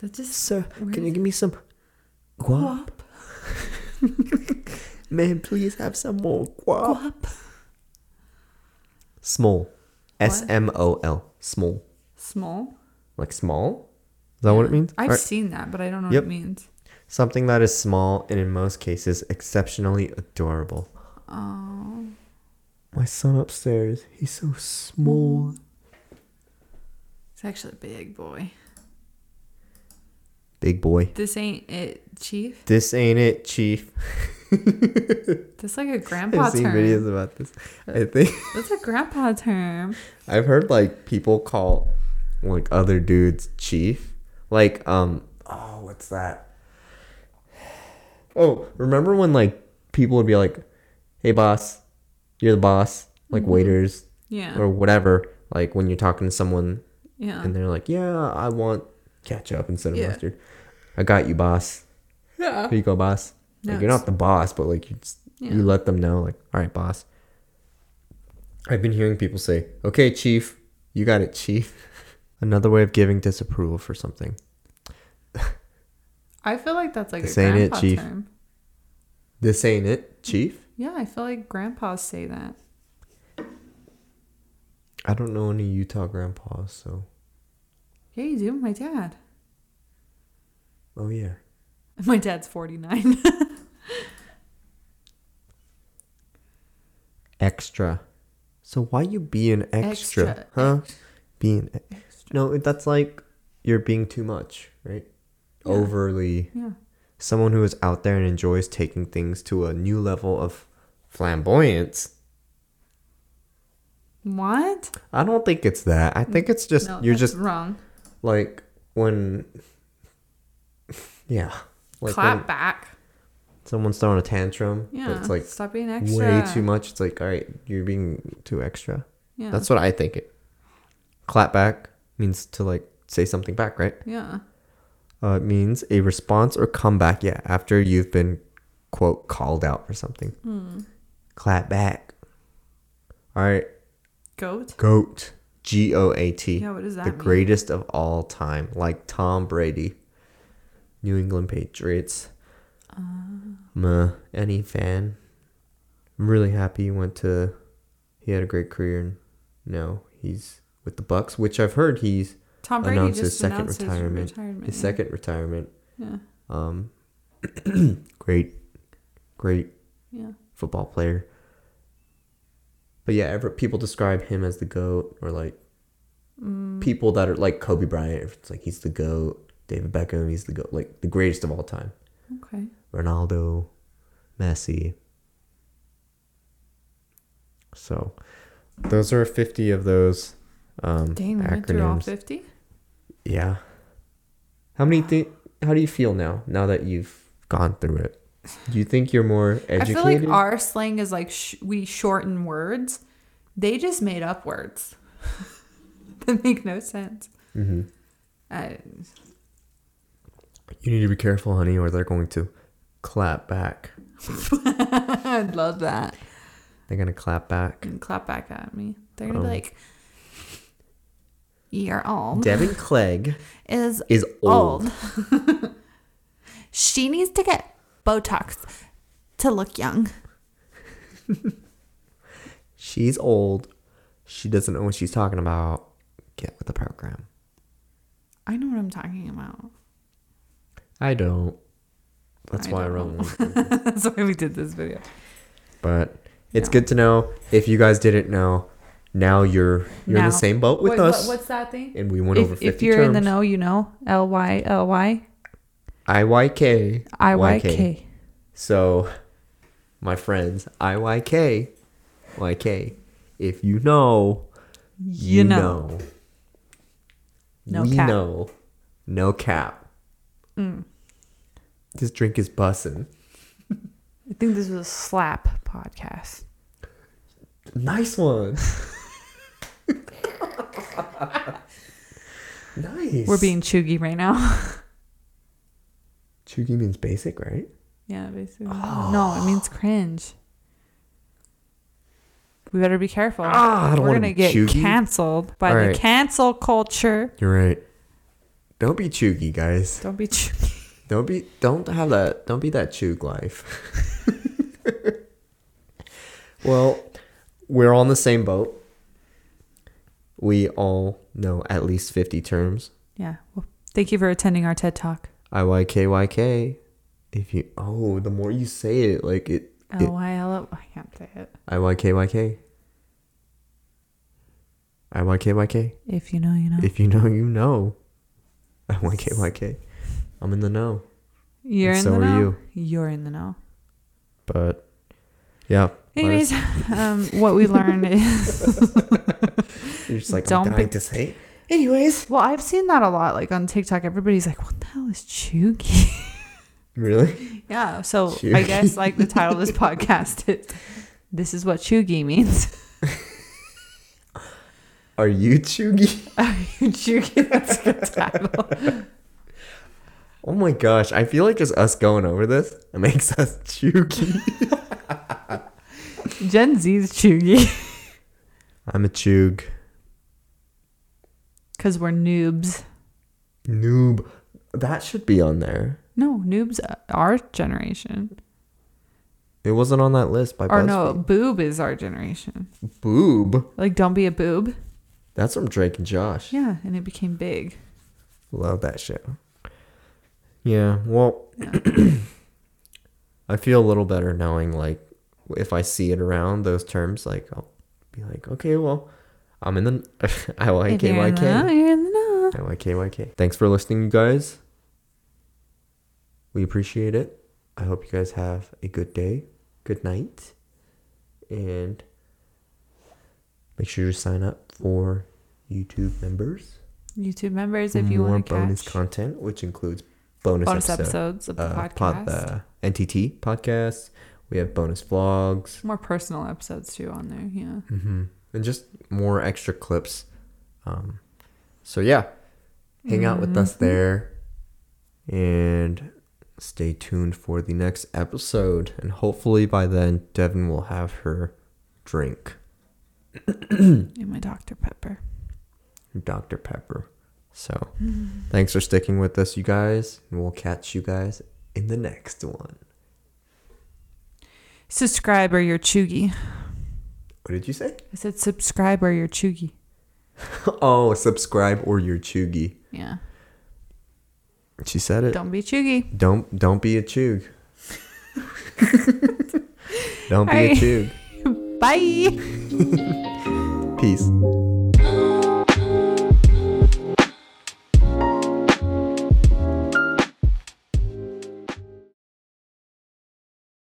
Speaker 1: That just
Speaker 2: Sir, can you give me some guap?
Speaker 1: guap.
Speaker 2: Man, please have some more guap.
Speaker 1: Guap.
Speaker 2: Small. S M O L. Small.
Speaker 1: Small.
Speaker 2: Like small? Is that what it means?
Speaker 1: I've
Speaker 2: Alright.
Speaker 1: seen that, but I don't know
Speaker 2: Yep.
Speaker 1: what it means.
Speaker 2: Something that is small and in most cases exceptionally adorable.
Speaker 1: Oh,
Speaker 2: My son upstairs, he's so small.
Speaker 1: it's actually a big boy.
Speaker 2: Big boy.
Speaker 1: This ain't it, Chief.
Speaker 2: This ain't it, Chief.
Speaker 1: That's like a grandpa
Speaker 2: I've seen
Speaker 1: term.
Speaker 2: videos about this. I think
Speaker 1: That's a grandpa term.
Speaker 2: I've heard like people call like other dudes chief. Like um oh what's that? Oh, remember when like people would be like, "Hey boss, you're the boss." Like waiters
Speaker 1: Mm-hmm. Yeah.
Speaker 2: or whatever. Like when you're talking to someone
Speaker 1: yeah.
Speaker 2: and they're like, "Yeah, I want ketchup instead of
Speaker 1: Yeah.
Speaker 2: mustard." I got you, boss.
Speaker 1: yeah.
Speaker 2: Here you go, boss.
Speaker 1: No,
Speaker 2: like you're
Speaker 1: it's-
Speaker 2: not the boss, but like you, just, you
Speaker 1: Yeah.
Speaker 2: let them know, like, all right, boss. I've been hearing people say, "Okay, chief, you got it, chief." Another way of giving disapproval for something.
Speaker 1: I feel like that's like
Speaker 2: This
Speaker 1: a
Speaker 2: ain't it,
Speaker 1: grandpa
Speaker 2: Chief.
Speaker 1: term.
Speaker 2: This ain't it, chief.
Speaker 1: Yeah, I feel like grandpas say that.
Speaker 2: I don't know any Utah grandpas, so
Speaker 1: Yeah, you do. My dad.
Speaker 2: oh yeah.
Speaker 1: My dad's 49.
Speaker 2: Extra. So why you being extra,
Speaker 1: Extra.
Speaker 2: huh? Being e- no, that's like you're being too much, right? Overly.
Speaker 1: yeah.
Speaker 2: someone who is out there and enjoys taking things to a new level of flamboyance.
Speaker 1: What?
Speaker 2: I don't think it's that. I think it's just
Speaker 1: No,
Speaker 2: you're
Speaker 1: that's
Speaker 2: just
Speaker 1: wrong.
Speaker 2: like when yeah, like
Speaker 1: Clap
Speaker 2: when
Speaker 1: back.
Speaker 2: someone's throwing a tantrum, but
Speaker 1: Yeah.
Speaker 2: it's like
Speaker 1: stop being extra.
Speaker 2: way too much. It's like, "All right, you're being too extra."
Speaker 1: Yeah.
Speaker 2: That's what I think it. Clap back means to like say something back, right?
Speaker 1: yeah.
Speaker 2: Uh, it means a response or comeback, yeah, after you've been, quote, called out for something.
Speaker 1: Hmm.
Speaker 2: Clap back. All right,
Speaker 1: Goat.
Speaker 2: GOAT. G O A T.
Speaker 1: Yeah, what does that
Speaker 2: The
Speaker 1: mean?
Speaker 2: greatest of all time, like Tom Brady, New England Patriots.
Speaker 1: Uh.
Speaker 2: Meh, any fan. I'm really happy he went to. He had a great career, and now he's with the Bucks, which I've heard he's
Speaker 1: Tom Brady
Speaker 2: announced
Speaker 1: just
Speaker 2: his second
Speaker 1: announced
Speaker 2: retirement.
Speaker 1: His retirement.
Speaker 2: his
Speaker 1: yeah.
Speaker 2: second retirement.
Speaker 1: Yeah.
Speaker 2: Um, great, great
Speaker 1: Yeah.
Speaker 2: football player. But yeah, ever, people describe him as the goat, or like
Speaker 1: Mm.
Speaker 2: people that are like Kobe Bryant. It's like he's the goat. David Beckham, he's the goat, like the greatest of all time.
Speaker 1: Okay.
Speaker 2: Ronaldo, Messi. So, those are fifty of those um,
Speaker 1: Dang, we went through all 50?
Speaker 2: Yeah. How many thi- How do you feel now? Now that you've gone through it, do you think you're more educated?
Speaker 1: I feel like our slang is like sh- we shorten words. They just made up words that make no sense.
Speaker 2: mm-hmm.
Speaker 1: I,
Speaker 2: You need to be careful, honey, or they're going to clap back.
Speaker 1: I love that.
Speaker 2: They're gonna clap back.
Speaker 1: And clap back at me. They're gonna
Speaker 2: Um,
Speaker 1: be like, "You're old
Speaker 2: Devin Clegg
Speaker 1: is
Speaker 2: is old.
Speaker 1: old. she needs to get Botox to look young."
Speaker 2: She's old. She doesn't know what she's talking about. Get with the program.
Speaker 1: I know what I'm talking about.
Speaker 2: I don't. That's
Speaker 1: I
Speaker 2: why I
Speaker 1: don't.
Speaker 2: wrote. one.
Speaker 1: That's why we did this video.
Speaker 2: But it's
Speaker 1: Yeah.
Speaker 2: good to know. If you guys didn't know, now you're you're in
Speaker 1: Now.
Speaker 2: the same boat with
Speaker 1: Wait,
Speaker 2: us,
Speaker 1: What, what's that thing?
Speaker 2: and we went over
Speaker 1: If,
Speaker 2: fifty
Speaker 1: if you're
Speaker 2: terms.
Speaker 1: in the know, you know. L Y L Y
Speaker 2: IYK.
Speaker 1: I Y
Speaker 2: YK.
Speaker 1: K.
Speaker 2: So, my friends, IYK, YK, if you know,
Speaker 1: You know. No
Speaker 2: we
Speaker 1: cap. Mm.
Speaker 2: know. No cap. This drink is bussin'.
Speaker 1: I think this was a slap podcast.
Speaker 2: Nice one. nice.
Speaker 1: We're being chuggy right now.
Speaker 2: Chugi means basic, right?
Speaker 1: yeah, basically.
Speaker 2: Oh.
Speaker 1: No, it means cringe. We better be careful.
Speaker 2: Ah, I don't
Speaker 1: We're
Speaker 2: wanna
Speaker 1: gonna
Speaker 2: be
Speaker 1: get
Speaker 2: chuggy.
Speaker 1: canceled by
Speaker 2: All right.
Speaker 1: the cancel culture.
Speaker 2: You're right. Don't be chuggy, guys.
Speaker 1: Don't be chuggy.
Speaker 2: Don't be. Don't have that. Don't be that chug life. well, we're on the same boat. We all know at least 50 terms.
Speaker 1: Yeah. Well, thank you for attending our TED Talk.
Speaker 2: IYKYK. If you oh, the more you say it, like it,
Speaker 1: L Y L O. I can't say it.
Speaker 2: it IYKYK. IYKYK.
Speaker 1: If you know, you know.
Speaker 2: If you know, you know. IYKYK. I'm in the know.
Speaker 1: You're in
Speaker 2: so
Speaker 1: the
Speaker 2: are
Speaker 1: know.
Speaker 2: you.
Speaker 1: You're in the know.
Speaker 2: But yeah. let
Speaker 1: Anyways,
Speaker 2: us-
Speaker 1: um, what we learned is
Speaker 2: you're just like
Speaker 1: don't
Speaker 2: what did
Speaker 1: be-
Speaker 2: I just say? Anyways.
Speaker 1: well, I've seen that a lot. Like on TikTok, everybody's like, "What the hell is chuggy?"
Speaker 2: Really?
Speaker 1: Yeah. So I
Speaker 2: Chuggy.
Speaker 1: guess like the title of this podcast is, "This is what chuggy means."
Speaker 2: Are you Chugi?
Speaker 1: chuggy. That's the title.
Speaker 2: Oh my gosh, I feel like just us going over this it makes us chuggy.
Speaker 1: Gen Z's chuggy
Speaker 2: I'm a chug.
Speaker 1: because we're noobs.
Speaker 2: Noob. That should be on there.
Speaker 1: No, noobs are our generation.
Speaker 2: It wasn't on that list by
Speaker 1: Or
Speaker 2: BuzzFeed.
Speaker 1: no, boob is our generation.
Speaker 2: Boob.
Speaker 1: Like, don't be a boob.
Speaker 2: That's from Drake and Josh.
Speaker 1: Yeah, and it became big.
Speaker 2: Love that show. Yeah, well, I feel a little better knowing, like, if I see it around those terms, like, I'll be like, okay, well, I'm in the. I like
Speaker 1: If you're in the know,
Speaker 2: KYK.
Speaker 1: you're in the know.
Speaker 2: I like KYK. Thanks for listening, you guys. We appreciate it. I hope you guys have a good day, good night, and make sure you sign up for YouTube members.
Speaker 1: YouTube members, if you
Speaker 2: more
Speaker 1: want to
Speaker 2: Mm, bonus
Speaker 1: catch
Speaker 2: content, which includes bonus,
Speaker 1: bonus
Speaker 2: episode,
Speaker 1: episodes of the
Speaker 2: uh,
Speaker 1: podcast,
Speaker 2: pod, the NTT podcast. We have bonus vlogs
Speaker 1: more personal episodes too on there. Yeah.
Speaker 2: hmm and just more extra clips. Um, so yeah, hang out with us there, and stay tuned for the next episode. And hopefully by then, Devin will have her drink
Speaker 1: And my Dr. Pepper.
Speaker 2: Dr Pepper. So thanks for sticking with us, you guys, and we'll catch you guys in the next one.
Speaker 1: Subscribe or you're chuggy.
Speaker 2: What did you say?
Speaker 1: I said subscribe or you're chuggy.
Speaker 2: oh, subscribe or you're chuggy.
Speaker 1: Yeah.
Speaker 2: She said it.
Speaker 1: Don't be chuggy.
Speaker 2: Don't don't be a chug. don't be
Speaker 1: Alright.
Speaker 2: a chug.
Speaker 1: Bye.
Speaker 2: Peace.